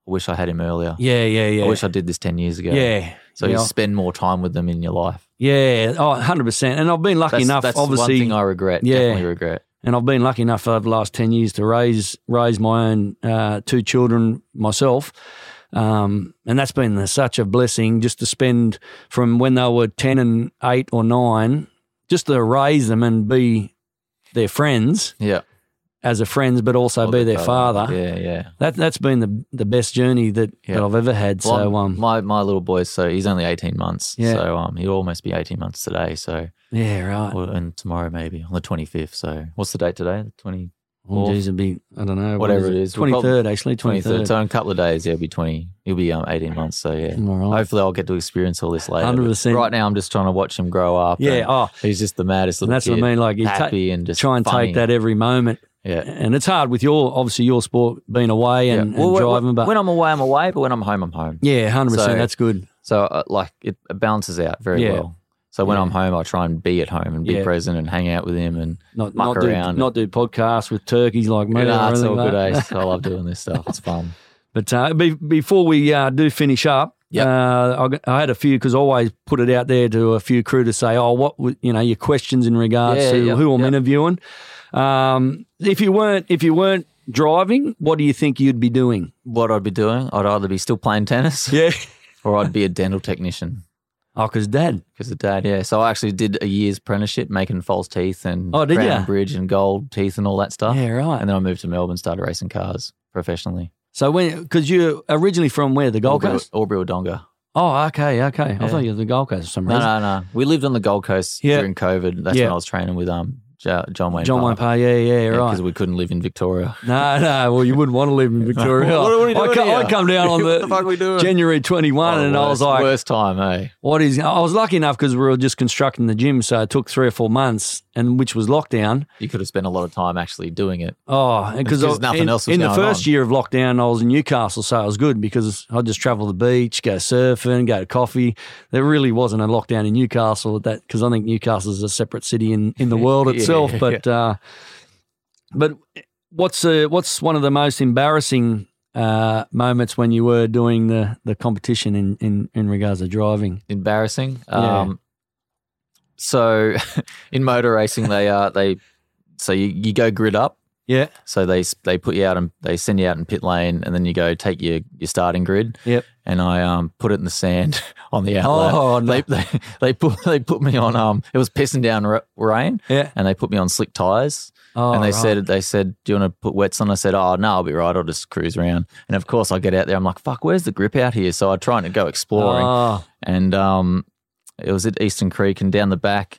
Speaker 2: I wish I had him earlier.
Speaker 1: yeah, yeah, yeah,
Speaker 2: I wish I did this ten years ago.
Speaker 1: yeah.
Speaker 2: So
Speaker 1: yeah.
Speaker 2: you spend more time with them in your life.
Speaker 1: yeah, oh, 100%. And I've been lucky
Speaker 2: That's,
Speaker 1: enough,
Speaker 2: that's
Speaker 1: obviously.
Speaker 2: one thing I regret.
Speaker 1: Yeah.
Speaker 2: Definitely regret.
Speaker 1: and I've been lucky enough over the last ten years to raise raise my own uh, two children myself, um, and that's been the- such a blessing just to spend from when they were ten and eight or nine just to raise them and be their friends
Speaker 2: Yeah.
Speaker 1: as a friends, but also
Speaker 2: Or
Speaker 1: be their father.
Speaker 2: Yeah, yeah.
Speaker 1: That that's been the the best journey that, that
Speaker 2: Yeah.
Speaker 1: I've ever had.
Speaker 2: Well,
Speaker 1: So um,
Speaker 2: my my little boy, so he's only eighteen months.
Speaker 1: Yeah.
Speaker 2: So um, he'll almost be eighteen months today. So
Speaker 1: yeah, right.
Speaker 2: or, and tomorrow maybe on the twenty fifth. So what's the date today? The twenty
Speaker 1: Oh,
Speaker 2: Or-
Speaker 1: geez, it'd be I don't know
Speaker 2: Whatever it is, we'll
Speaker 1: Twenty
Speaker 2: probably-
Speaker 1: third, actually, twenty
Speaker 2: twenty third.
Speaker 1: third.
Speaker 2: So in a couple of days, yeah, it'll be twenty. He'll be um eighteen months. So yeah.
Speaker 1: All right.
Speaker 2: Hopefully, I'll get to experience all this later. but
Speaker 1: 100%.
Speaker 2: Right now, I'm just trying to watch him grow up.
Speaker 1: Yeah.
Speaker 2: and
Speaker 1: Oh,
Speaker 2: he's just the maddest
Speaker 1: and
Speaker 2: little
Speaker 1: that's
Speaker 2: kid.
Speaker 1: what I mean. Like you ta-
Speaker 2: happy and just
Speaker 1: try and
Speaker 2: funny.
Speaker 1: take that every moment,
Speaker 2: Yeah.
Speaker 1: and it's hard with your obviously your sport being away
Speaker 2: yeah.
Speaker 1: and,
Speaker 2: Well,
Speaker 1: and
Speaker 2: when-
Speaker 1: driving, but
Speaker 2: when I'm away, I'm away. But when I'm home, I'm home.
Speaker 1: yeah, hundred
Speaker 2: So-
Speaker 1: percent. That's good.
Speaker 2: So uh, like it balances out very
Speaker 1: Yeah.
Speaker 2: well. So when
Speaker 1: Yeah.
Speaker 2: I'm home, I try and be at home and be
Speaker 1: Yeah.
Speaker 2: present and hang out with him and
Speaker 1: Not
Speaker 2: muck
Speaker 1: not do
Speaker 2: around.
Speaker 1: not do podcasts with turkeys like me.
Speaker 2: Yeah,
Speaker 1: or
Speaker 2: nah, it's
Speaker 1: anything
Speaker 2: all
Speaker 1: like
Speaker 2: good. eh?
Speaker 1: that.
Speaker 2: Ace. I love doing this stuff. It's fun.
Speaker 1: But uh, be, before we uh, do finish up,
Speaker 2: Yep.
Speaker 1: uh, I, g- I had a few because I always put it out there to a few crew to say, "Oh, what w- you know, your questions in regards
Speaker 2: Yeah,
Speaker 1: to
Speaker 2: yep,
Speaker 1: who I'm
Speaker 2: yep.
Speaker 1: interviewing." Um, if you weren't, if you weren't driving, what do you think you'd be doing?
Speaker 2: What I'd be doing, I'd either be still playing tennis
Speaker 1: Yeah.
Speaker 2: or I'd be a dental technician
Speaker 1: Oh, because Dad.
Speaker 2: because of dad. Yeah. So I actually did a year's apprenticeship making false teeth and
Speaker 1: Oh, did
Speaker 2: crown
Speaker 1: ya?
Speaker 2: and bridge and gold teeth and all that stuff.
Speaker 1: Yeah, right.
Speaker 2: Uh, And then I moved to Melbourne, started racing cars professionally.
Speaker 1: So when, because you're originally from where? The Gold
Speaker 2: Albury-
Speaker 1: Coast.
Speaker 2: Albury Wodonga.
Speaker 1: Oh, okay, okay. I
Speaker 2: Yeah.
Speaker 1: thought you were the Gold Coast for some
Speaker 2: No,
Speaker 1: reason.
Speaker 2: no, no. We lived on the Gold Coast
Speaker 1: Yeah.
Speaker 2: during COVID. That's
Speaker 1: Yeah.
Speaker 2: when I was training with um Jo- John Wayne.
Speaker 1: John Wayne Parr.
Speaker 2: Park.
Speaker 1: Yeah, yeah,
Speaker 2: Yeah,
Speaker 1: right.
Speaker 2: we couldn't live in Victoria.
Speaker 1: No, no. Well, you wouldn't want to live in Victoria.
Speaker 2: What- what are
Speaker 1: I,
Speaker 2: we doing
Speaker 1: co-
Speaker 2: here?
Speaker 1: I come down on
Speaker 2: What
Speaker 1: the,
Speaker 2: the fuck are we doing?
Speaker 1: January 21
Speaker 2: Oh,
Speaker 1: and I was
Speaker 2: worst-
Speaker 1: like,
Speaker 2: worst time, eh?
Speaker 1: what is, I was lucky enough because we were just constructing the gym. So it took three or four months and which was lockdown.
Speaker 2: You could have spent a lot of time actually doing it.
Speaker 1: Oh, because
Speaker 2: Because nothing
Speaker 1: in,
Speaker 2: else was
Speaker 1: in the
Speaker 2: going
Speaker 1: first
Speaker 2: on.
Speaker 1: year of lockdown, I was in Newcastle. So it was good because I'd just travel the beach, go surfing, go to coffee. There really wasn't a lockdown in Newcastle at that because I think Newcastle is a separate city in, in the world
Speaker 2: Yeah,
Speaker 1: itself.
Speaker 2: yeah.
Speaker 1: But, uh, but what's, uh, what's one of the most embarrassing uh, moments when you were doing the, the competition in, in, in regards to driving?
Speaker 2: Embarrassing.
Speaker 1: Yeah.
Speaker 2: Um, so in motor racing, they uh, they so you, you go grid up.
Speaker 1: Yeah.
Speaker 2: So they s- they put you out and they send you out in pit lane, and then you go take your your starting grid.
Speaker 1: Yep.
Speaker 2: And I um put it in the sand on the outlet.
Speaker 1: Oh no.
Speaker 2: They, they they put they put me on um it was pissing down ra- rain
Speaker 1: yeah.
Speaker 2: and they put me on slick tires
Speaker 1: Oh,
Speaker 2: and they
Speaker 1: right.
Speaker 2: said, "They said, do you want to put wets on?" I said, "Oh no, I'll be right. I'll just cruise around." And of course, I get out there. I'm like, "Fuck, where's the grip out here?" So I'm trying to go exploring,
Speaker 1: Oh,
Speaker 2: and um, it was at Eastern Creek, and down the back,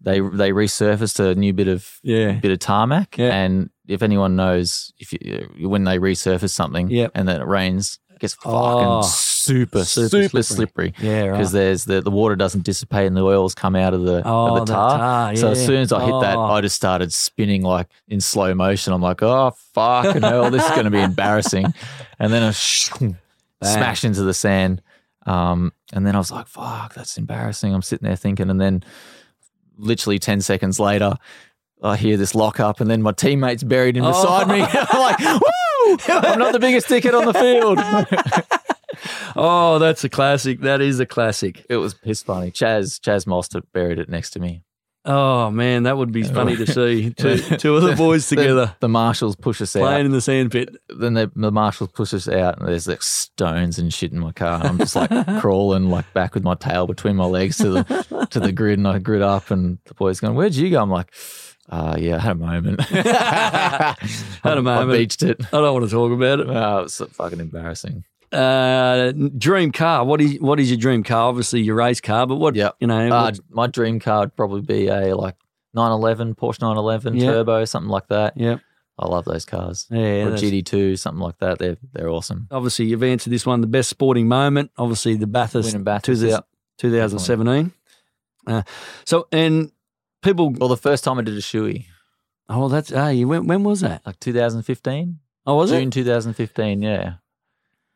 Speaker 2: they they resurfaced a new bit of
Speaker 1: yeah.
Speaker 2: bit of tarmac.
Speaker 1: Yeah.
Speaker 2: And if anyone knows, if you, when they resurface something,
Speaker 1: Yep.
Speaker 2: and then it rains, it gets fucking
Speaker 1: Oh,
Speaker 2: super
Speaker 1: super
Speaker 2: super,
Speaker 1: slippery.
Speaker 2: slippery
Speaker 1: Yeah. Right.
Speaker 2: because there's the the water doesn't dissipate and the oils come out of the
Speaker 1: oh,
Speaker 2: of the tar. So as
Speaker 1: yeah.
Speaker 2: soon as I hit that,
Speaker 1: Oh.
Speaker 2: I just started spinning like in slow motion. I'm like, oh fuck, hell, this is going to be embarrassing. And then I smash into the sand. Um, and then I was like, fuck, that's embarrassing. I'm sitting there thinking, and then literally ten seconds later, I hear this lock up, and then my teammate's buried him
Speaker 1: Oh.
Speaker 2: beside me. I'm like, woo! I'm not the biggest ticket on the field.
Speaker 1: oh, that's a classic. That is a classic.
Speaker 2: it was piss funny. Chaz Chaz Mostert buried it next to me.
Speaker 1: Oh man, that would be funny to see two two of the boys together
Speaker 2: The marshals push us out.
Speaker 1: playing in the sandpit.
Speaker 2: then the, the marshals push us out and there's like stones and shit in my car and I'm just like crawling like back with my tail between my legs to the to the grid and I grid up and the boy's going, Where'd you go? I'm like, uh yeah, I had a moment. had
Speaker 1: Had a moment.
Speaker 2: I beached it.
Speaker 1: I don't want to talk about it.
Speaker 2: Oh, it was so fucking embarrassing.
Speaker 1: Uh, dream car. What is what is your dream car? Obviously your race car, but what
Speaker 2: Yep.
Speaker 1: you know?
Speaker 2: Uh,
Speaker 1: what-
Speaker 2: my dream car would probably be a like 911, Porsche 911
Speaker 1: Yeah.
Speaker 2: turbo, something like that.
Speaker 1: yep.
Speaker 2: I love those cars.
Speaker 1: Yeah.
Speaker 2: or
Speaker 1: that's-
Speaker 2: GD2, something like that. They're they're awesome.
Speaker 1: obviously, you've answered this one. The best sporting moment. Obviously, the Bathurst
Speaker 2: Winning Bathurst.
Speaker 1: 2000-
Speaker 2: yeah.
Speaker 1: 2017. Uh, so, and people,
Speaker 2: Well, the first time I did a shoey,
Speaker 1: oh, that's, ah, you went, when was that?
Speaker 2: like 2015.
Speaker 1: Oh, was
Speaker 2: June
Speaker 1: it?
Speaker 2: 2015, yeah.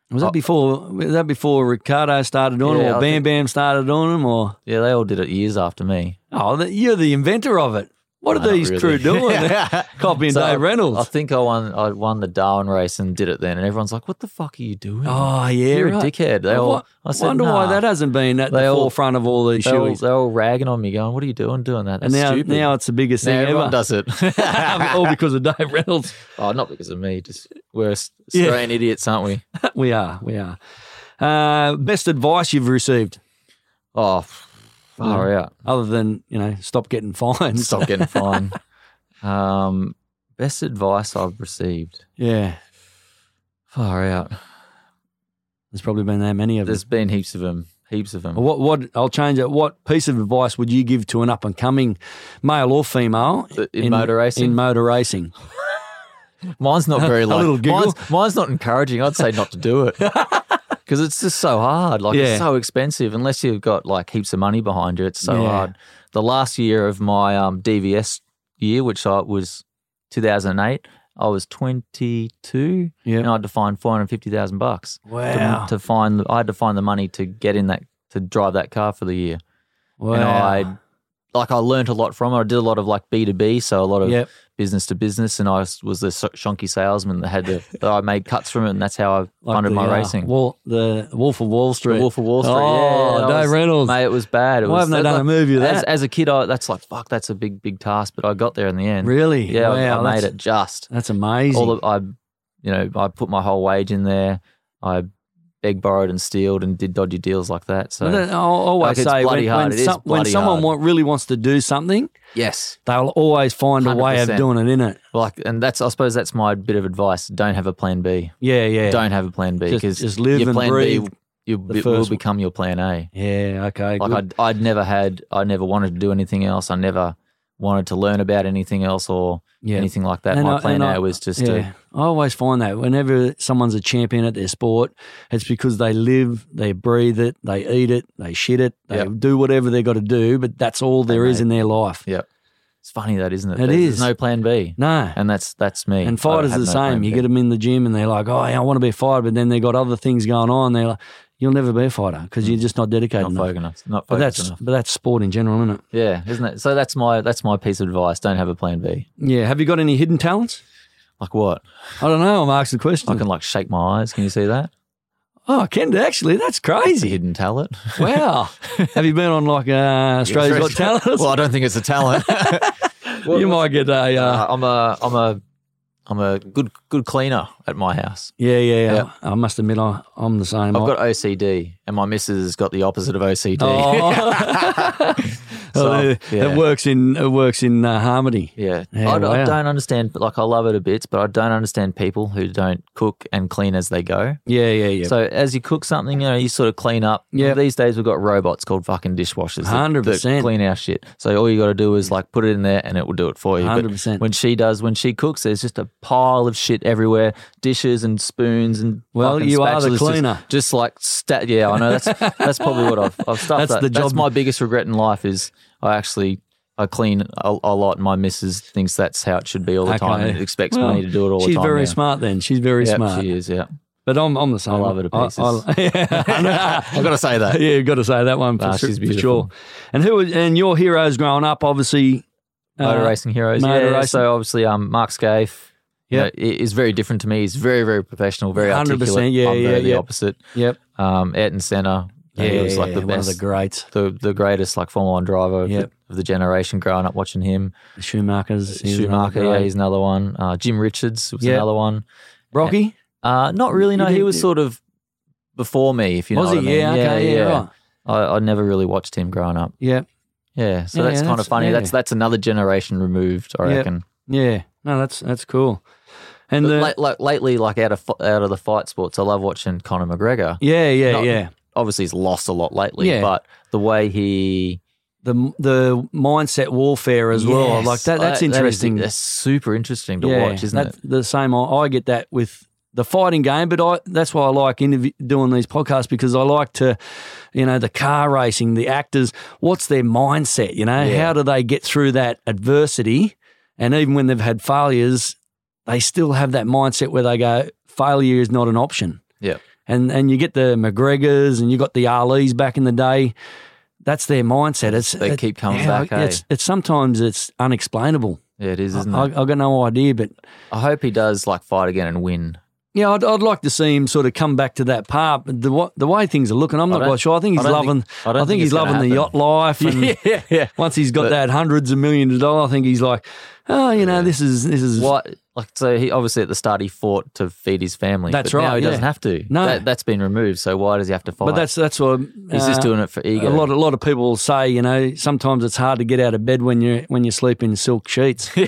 Speaker 1: Was that
Speaker 2: Oh.
Speaker 1: before, was that before Ricardo started on
Speaker 2: Yeah,
Speaker 1: him or Bam
Speaker 2: I think-
Speaker 1: Bam started on him or,
Speaker 2: Yeah, they all did it years after me.
Speaker 1: oh, that, you're the inventor of it. What are
Speaker 2: Nah, not
Speaker 1: these crew
Speaker 2: really.
Speaker 1: doing? They're Copying
Speaker 2: So,
Speaker 1: Dave
Speaker 2: I
Speaker 1: Reynolds.
Speaker 2: think I won I won the Darwin race and did it then and everyone's like, What the fuck are you doing?
Speaker 1: oh, yeah.
Speaker 2: You're
Speaker 1: right.
Speaker 2: a dickhead. They
Speaker 1: I
Speaker 2: all
Speaker 1: wa-
Speaker 2: I said,
Speaker 1: wonder why
Speaker 2: "Nah."
Speaker 1: that hasn't been at
Speaker 2: They
Speaker 1: the
Speaker 2: all-
Speaker 1: forefront of all these
Speaker 2: They're all,
Speaker 1: shoeys.
Speaker 2: they're all ragging on me, going, What are you doing doing that?
Speaker 1: And
Speaker 2: That's
Speaker 1: now,
Speaker 2: stupid.
Speaker 1: now it's the biggest
Speaker 2: Now
Speaker 1: thing
Speaker 2: everyone
Speaker 1: ever.
Speaker 2: does it.
Speaker 1: all because of Dave Reynolds.
Speaker 2: oh, not because of me, just we're Aus-
Speaker 1: Yeah.
Speaker 2: Australian idiots, aren't we?
Speaker 1: we are. We are. Uh, best advice you've received?
Speaker 2: Oh far out.
Speaker 1: other than you know stop getting fines.
Speaker 2: Stop getting fined. Um, best advice I've received.
Speaker 1: Yeah,
Speaker 2: Far out.
Speaker 1: there's probably been that many of them.
Speaker 2: There's been heaps of them. Heaps of them.
Speaker 1: What what I'll change it. What piece of advice would you give to an up and coming male or female
Speaker 2: In, motor racing,
Speaker 1: In motor racing,
Speaker 2: mine's not very
Speaker 1: A
Speaker 2: like
Speaker 1: little giggle.
Speaker 2: Mine's, mine's not encouraging. I'd say not to do it because it's just so hard. Like
Speaker 1: Yeah.
Speaker 2: it's so expensive. Unless you've got like heaps of money behind you, it's so
Speaker 1: Yeah.
Speaker 2: hard. The last year of my um, DVS year, which I was 2008, I was 22, and
Speaker 1: yeah.
Speaker 2: I had to find 450 thousand bucks.
Speaker 1: Wow.
Speaker 2: to, to find I had to find the money to get in that to drive that car for the year.
Speaker 1: wow.
Speaker 2: And I like I learned a lot from it. I did a lot of like B two B, so a lot of
Speaker 1: Yep.
Speaker 2: business to business, and I was, was the so- shonky salesman that had to, that I made cuts from it, and that's how I
Speaker 1: Like
Speaker 2: funded
Speaker 1: the,
Speaker 2: my
Speaker 1: uh,
Speaker 2: racing.
Speaker 1: Wall, the Wolf of Wall Street.
Speaker 2: The Wolf of Wall Street.
Speaker 1: Oh,
Speaker 2: yeah, that
Speaker 1: Dave
Speaker 2: was-
Speaker 1: Reynolds.
Speaker 2: Mate, it was bad. It
Speaker 1: Why
Speaker 2: was,
Speaker 1: haven't they
Speaker 2: that-
Speaker 1: done a movie of
Speaker 2: As,
Speaker 1: that?
Speaker 2: as a kid, I, that's like fuck. That's a big, big task, but I got there in the end.
Speaker 1: really?
Speaker 2: Yeah, I-
Speaker 1: wow,
Speaker 2: I, made
Speaker 1: that's-
Speaker 2: it just.
Speaker 1: That's amazing.
Speaker 2: All of, I, you know, I put my whole wage in there. I begged, borrowed, and stealed, and did dodgy deals like that. So
Speaker 1: But then I'll always
Speaker 2: Like, it's
Speaker 1: say when,
Speaker 2: bloody hard.
Speaker 1: when,
Speaker 2: It is
Speaker 1: some- when
Speaker 2: bloody
Speaker 1: someone
Speaker 2: hard.
Speaker 1: wa- really wants to do something,
Speaker 2: yes,
Speaker 1: they'll always find a way of
Speaker 2: 100%.
Speaker 1: doing it, innit?
Speaker 2: like, and that's I suppose that's my bit of advice. Don't have a plan B.
Speaker 1: Yeah, yeah.
Speaker 2: Don't have a plan B
Speaker 1: Just-
Speaker 2: because
Speaker 1: just live
Speaker 2: your
Speaker 1: and
Speaker 2: plan
Speaker 1: breathe
Speaker 2: B you,
Speaker 1: the
Speaker 2: it will
Speaker 1: first-
Speaker 2: become your plan A.
Speaker 1: Yeah, okay.
Speaker 2: Like
Speaker 1: good.
Speaker 2: I'd, I'd never had, I never wanted to do anything else. I never wanted to learn about anything else or
Speaker 1: yeah.
Speaker 2: anything like that.
Speaker 1: And
Speaker 2: my
Speaker 1: I-
Speaker 2: plan
Speaker 1: and
Speaker 2: A
Speaker 1: I-
Speaker 2: was just
Speaker 1: Yeah, I always find that whenever someone's a champion at their sport, it's because they live, they breathe it, they eat it, they shit it, they
Speaker 2: Yep.
Speaker 1: do whatever they got to do, but that's all there is
Speaker 2: they-
Speaker 1: in their life.
Speaker 2: yeah. It's funny that, isn't it?
Speaker 1: It
Speaker 2: There's
Speaker 1: is.
Speaker 2: no plan B,
Speaker 1: No.
Speaker 2: and that's that's me.
Speaker 1: And fighters
Speaker 2: I
Speaker 1: are
Speaker 2: have
Speaker 1: the
Speaker 2: no plan
Speaker 1: same. You
Speaker 2: B.
Speaker 1: get them in the gym and they're like, oh, yeah, I want to be a fighter, but then they got other things going on. They're like, you'll never be a fighter because you're just not dedicated
Speaker 2: Mm. not
Speaker 1: enough.
Speaker 2: focused enough. Not
Speaker 1: But
Speaker 2: focused
Speaker 1: that's
Speaker 2: enough.
Speaker 1: but that's sport in general, isn't it?
Speaker 2: Yeah, isn't it? So that's my that's my piece of advice. Don't have a plan B.
Speaker 1: Yeah. Have you got any hidden talents?
Speaker 2: Like what?
Speaker 1: I don't know. I'm asking the question.
Speaker 2: I can like shake my eyes. Can you see that?
Speaker 1: Oh, I can actually. That's
Speaker 2: It's a
Speaker 1: crazy.
Speaker 2: hidden talent.
Speaker 1: wow. Have you been on like uh, Australia's Got Talent?
Speaker 2: well, I don't think it's a talent. Well,
Speaker 1: you might get a uh,
Speaker 2: Uh, I'm a I'm a I'm a good good cleaner at my house.
Speaker 1: yeah, yeah, yeah.
Speaker 2: yeah.
Speaker 1: I must admit, I, I'm the same.
Speaker 2: I've got OCD, and my missus has got the opposite of OCD.
Speaker 1: Oh.
Speaker 2: So,
Speaker 1: Well, it,
Speaker 2: yeah.
Speaker 1: it works in it works in uh, harmony.
Speaker 2: Yeah,
Speaker 1: Yeah,
Speaker 2: I, d- I
Speaker 1: wow.
Speaker 2: don't understand. Like I love it a bit, but I don't understand people who don't cook and clean as they go.
Speaker 1: Yeah, yeah, yeah.
Speaker 2: So as you cook something, you know, you sort of clean up.
Speaker 1: Yeah.
Speaker 2: These days we've got robots called fucking dishwashers. that-
Speaker 1: 100%.
Speaker 2: That clean our shit. So all you got to do is like put it in there, and it will do it for you. But
Speaker 1: 100%.
Speaker 2: When she does, when she cooks, there's just a pile of shit everywhere, dishes and spoons and
Speaker 1: Well,
Speaker 2: fucking
Speaker 1: you are the
Speaker 2: spatulas, just-
Speaker 1: cleaner.
Speaker 2: Just, like stat. Yeah, I know that's that's probably what I've I've stuffed.
Speaker 1: That's
Speaker 2: that.
Speaker 1: the
Speaker 2: That's
Speaker 1: job.
Speaker 2: my biggest regret in life is I actually. I clean a, a lot. My missus thinks that's how it should be all the time
Speaker 1: Okay.
Speaker 2: and expects
Speaker 1: Well,
Speaker 2: me to do it all
Speaker 1: she's
Speaker 2: the time.
Speaker 1: very
Speaker 2: now.
Speaker 1: smart. Then she's very
Speaker 2: Yep,
Speaker 1: smart.
Speaker 2: She is, yeah.
Speaker 1: But I'm I'm the same.
Speaker 2: I love her to pieces.
Speaker 1: yeah.
Speaker 2: I've got to say that.
Speaker 1: yeah, you've got to say that one for,
Speaker 2: Nah,
Speaker 1: su-
Speaker 2: she's
Speaker 1: for sure.
Speaker 2: beautiful.
Speaker 1: And who was- and your heroes growing up? Obviously, uh,
Speaker 2: Motor Racing Heroes.
Speaker 1: Motor
Speaker 2: yeah,
Speaker 1: racing.
Speaker 2: so obviously um, Mark Scaife you
Speaker 1: Yeah.
Speaker 2: know, i- is very different to me. He's very, very professional, very
Speaker 1: 100%,
Speaker 2: articulate.
Speaker 1: yeah,
Speaker 2: I'm the-
Speaker 1: yeah,
Speaker 2: the
Speaker 1: yeah.
Speaker 2: opposite.
Speaker 1: Yep.
Speaker 2: Um, Ayrton Senna, you know, he was like the
Speaker 1: one of
Speaker 2: best,
Speaker 1: the greats.
Speaker 2: the, the greatest like Formula One driver of,
Speaker 1: Yep.
Speaker 2: the, of the generation growing up watching him.
Speaker 1: Schumacher's he's another
Speaker 2: Schumacher, yeah,
Speaker 1: great.
Speaker 2: he's another one. Uh, Jim Richards was
Speaker 1: Yeah.
Speaker 2: another one.
Speaker 1: Rocky
Speaker 2: Uh, not really,
Speaker 1: You
Speaker 2: no, he
Speaker 1: didn't-
Speaker 2: was sort of before me, if you
Speaker 1: was
Speaker 2: know
Speaker 1: he?
Speaker 2: what I mean.
Speaker 1: Yeah, okay, yeah, right.
Speaker 2: I, I never really watched him growing up.
Speaker 1: yeah,
Speaker 2: Yeah, so
Speaker 1: Yeah,
Speaker 2: that's kind
Speaker 1: that's-
Speaker 2: of funny.
Speaker 1: yeah.
Speaker 2: That's that's another generation removed, I
Speaker 1: Yep.
Speaker 2: reckon.
Speaker 1: yeah. No, that's that's cool. And
Speaker 2: But
Speaker 1: the
Speaker 2: like, like lately, like out of fi- out of the fight sports, I love watching Conor McGregor.
Speaker 1: yeah, yeah,
Speaker 2: Not-
Speaker 1: yeah.
Speaker 2: Obviously, he's lost a lot lately,
Speaker 1: Yeah.
Speaker 2: but the way he
Speaker 1: The the mindset warfare as well.
Speaker 2: Yes, Uh,
Speaker 1: Like that. That's
Speaker 2: that- that is-
Speaker 1: interesting.
Speaker 2: that's super interesting to watch, isn't
Speaker 1: that-
Speaker 2: it?
Speaker 1: The same. I, I get that with the fighting game, but I that's why I like interview, doing these podcasts because I like to, you know, the car racing, the actors. What's their mindset? You know,
Speaker 2: Yeah.
Speaker 1: how do they get through that adversity? And even when they've had failures, they still have that mindset where they go, failure is not an option.
Speaker 2: Yeah.
Speaker 1: And and you get the McGregors and you got the Ali's back in the day. That's their mindset. It's
Speaker 2: They
Speaker 1: it-
Speaker 2: keep coming
Speaker 1: yeah,
Speaker 2: back. eh?
Speaker 1: It's, it's sometimes it's unexplainable.
Speaker 2: yeah, it is, isn't
Speaker 1: I,
Speaker 2: it?
Speaker 1: I've got no idea, but
Speaker 2: I hope he does like fight again and win.
Speaker 1: Yeah, I'd, I'd like to see him sort of come back to that part. But the wa- the way things are looking, I'm not
Speaker 2: don't-
Speaker 1: quite sure. I think
Speaker 2: I
Speaker 1: he's
Speaker 2: don't
Speaker 1: loving.
Speaker 2: think- I
Speaker 1: I,
Speaker 2: don't
Speaker 1: think,
Speaker 2: think
Speaker 1: he's
Speaker 2: it's gonna
Speaker 1: loving the
Speaker 2: happen.
Speaker 1: yacht life. And
Speaker 2: Yeah, yeah.
Speaker 1: Once he's got that hundreds of millions of dollars, I think he's like, oh, you know, this is this is
Speaker 2: What? Like so, he obviously at the start he fought to feed his family.
Speaker 1: That's
Speaker 2: but Now
Speaker 1: right,
Speaker 2: he
Speaker 1: yeah.
Speaker 2: doesn't have to.
Speaker 1: No.
Speaker 2: that, that's been removed. So why does he have to fight?
Speaker 1: But that's that's what
Speaker 2: he's
Speaker 1: uh,
Speaker 2: just doing it for
Speaker 1: A
Speaker 2: ego.
Speaker 1: lot, a lot of people say, you know, sometimes it's hard to get out of bed when you when you sleep in silk sheets, you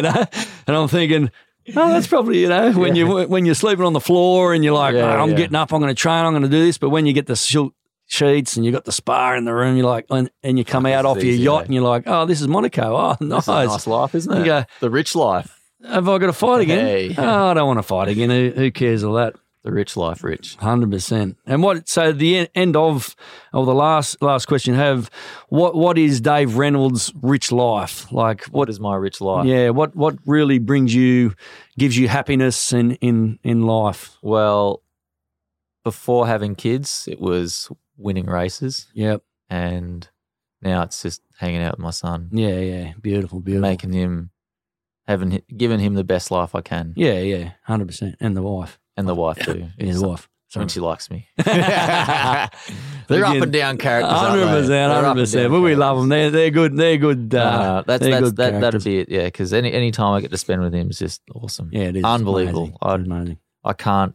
Speaker 1: know. And I'm thinking, oh, that's probably you know when you when you're sleeping on the floor and you're like,
Speaker 2: Yeah,
Speaker 1: "Oh, I'm
Speaker 2: yeah.
Speaker 1: getting up, I'm going to train, I'm going to do this. But when you get the silk sheets and you got the spa in the room, you're like, and, and you come out
Speaker 2: This
Speaker 1: off
Speaker 2: is
Speaker 1: your
Speaker 2: easy,
Speaker 1: yacht
Speaker 2: eh?
Speaker 1: and you're like, oh, this is Monaco. Oh, nice.
Speaker 2: This is a nice life, isn't it?
Speaker 1: You go,
Speaker 2: the rich life,
Speaker 1: Have I got to fight again?
Speaker 2: Hey.
Speaker 1: Oh, I don't want to fight again. Who, who cares all that?
Speaker 2: the rich life, rich.
Speaker 1: Hundred percent. And what? So the en- end of or the last last question have what? What is Dave Reynolds' rich life like?
Speaker 2: What
Speaker 1: What?
Speaker 2: is my rich life?
Speaker 1: Yeah. What? What really brings you, gives you happiness in in in life?
Speaker 2: Well, before having kids, it was winning races,
Speaker 1: Yep.
Speaker 2: and now it's just hanging out with my son,
Speaker 1: Yeah. Yeah. Beautiful. Beautiful.
Speaker 2: making him, having hi- giving him the best life I can,
Speaker 1: Yeah. Yeah. Hundred percent. And the wife.
Speaker 2: and the wife too.
Speaker 1: Yeah.
Speaker 2: It's-
Speaker 1: The wife.
Speaker 2: when
Speaker 1: Sorry.
Speaker 2: she likes me.
Speaker 1: They're
Speaker 2: They're
Speaker 1: up and
Speaker 2: down characters.
Speaker 1: Hundred percent. Hundred percent. But we love them. They're they're good. They're good. Uh,
Speaker 2: Uh, that's
Speaker 1: they're
Speaker 2: that's
Speaker 1: good
Speaker 2: that, that'd
Speaker 1: characters.
Speaker 2: be it. Yeah, because any any time I get to spend with him is just awesome.
Speaker 1: Yeah. It is
Speaker 2: unbelievable.
Speaker 1: Amazing. It's amazing.
Speaker 2: I can't.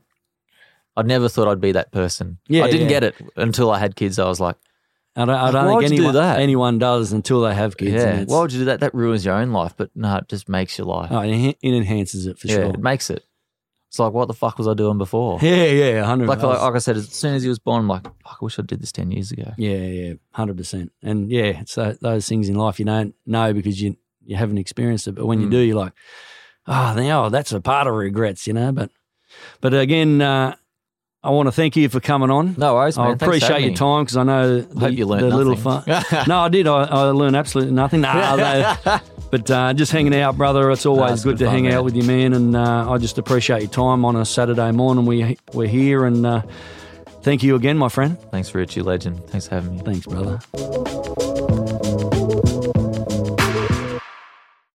Speaker 2: I never thought I'd be that person.
Speaker 1: Yeah,
Speaker 2: I didn't
Speaker 1: yeah.
Speaker 2: get it until I had kids. I was like,
Speaker 1: I don't, I don't
Speaker 2: Why'd
Speaker 1: think
Speaker 2: you do
Speaker 1: anyone,
Speaker 2: that?
Speaker 1: anyone does until they have kids. and
Speaker 2: yeah,
Speaker 1: it's-
Speaker 2: why would you do that? That ruins your own life. But no, it just makes your life.
Speaker 1: Oh, it enhan- it enhances it for
Speaker 2: yeah,
Speaker 1: sure.
Speaker 2: it makes it. It's like, what the fuck was I doing before?
Speaker 1: Yeah, yeah, hundred.
Speaker 2: Like, like, like I said, as soon as he was born, I'm like, fuck, I wish I did this ten years ago.
Speaker 1: yeah, yeah, hundred percent. And yeah, it's tho- those things in life you don't know because you you haven't experienced it. But when you
Speaker 2: Mm.
Speaker 1: do, you're like, oh, now that's a part of regrets, you know. But but again, uh, I want to thank you for coming on.
Speaker 2: No worries,
Speaker 1: I
Speaker 2: man. Thanks for having
Speaker 1: appreciate your
Speaker 2: me.
Speaker 1: time because I know the,
Speaker 2: I hope you learned
Speaker 1: the little fun.
Speaker 2: nothing.
Speaker 1: no, I did. I, I learned absolutely nothing. Nah, they- But uh, just hanging out, brother. It's always
Speaker 2: it's
Speaker 1: good
Speaker 2: been
Speaker 1: to
Speaker 2: fun,
Speaker 1: hang
Speaker 2: man.
Speaker 1: out with you, man. And uh, I just appreciate your time on a Saturday morning. We we're here, and uh, thank you again, my friend.
Speaker 2: Thanks, Rich. You legend. Thanks for having me.
Speaker 1: Thanks, brother.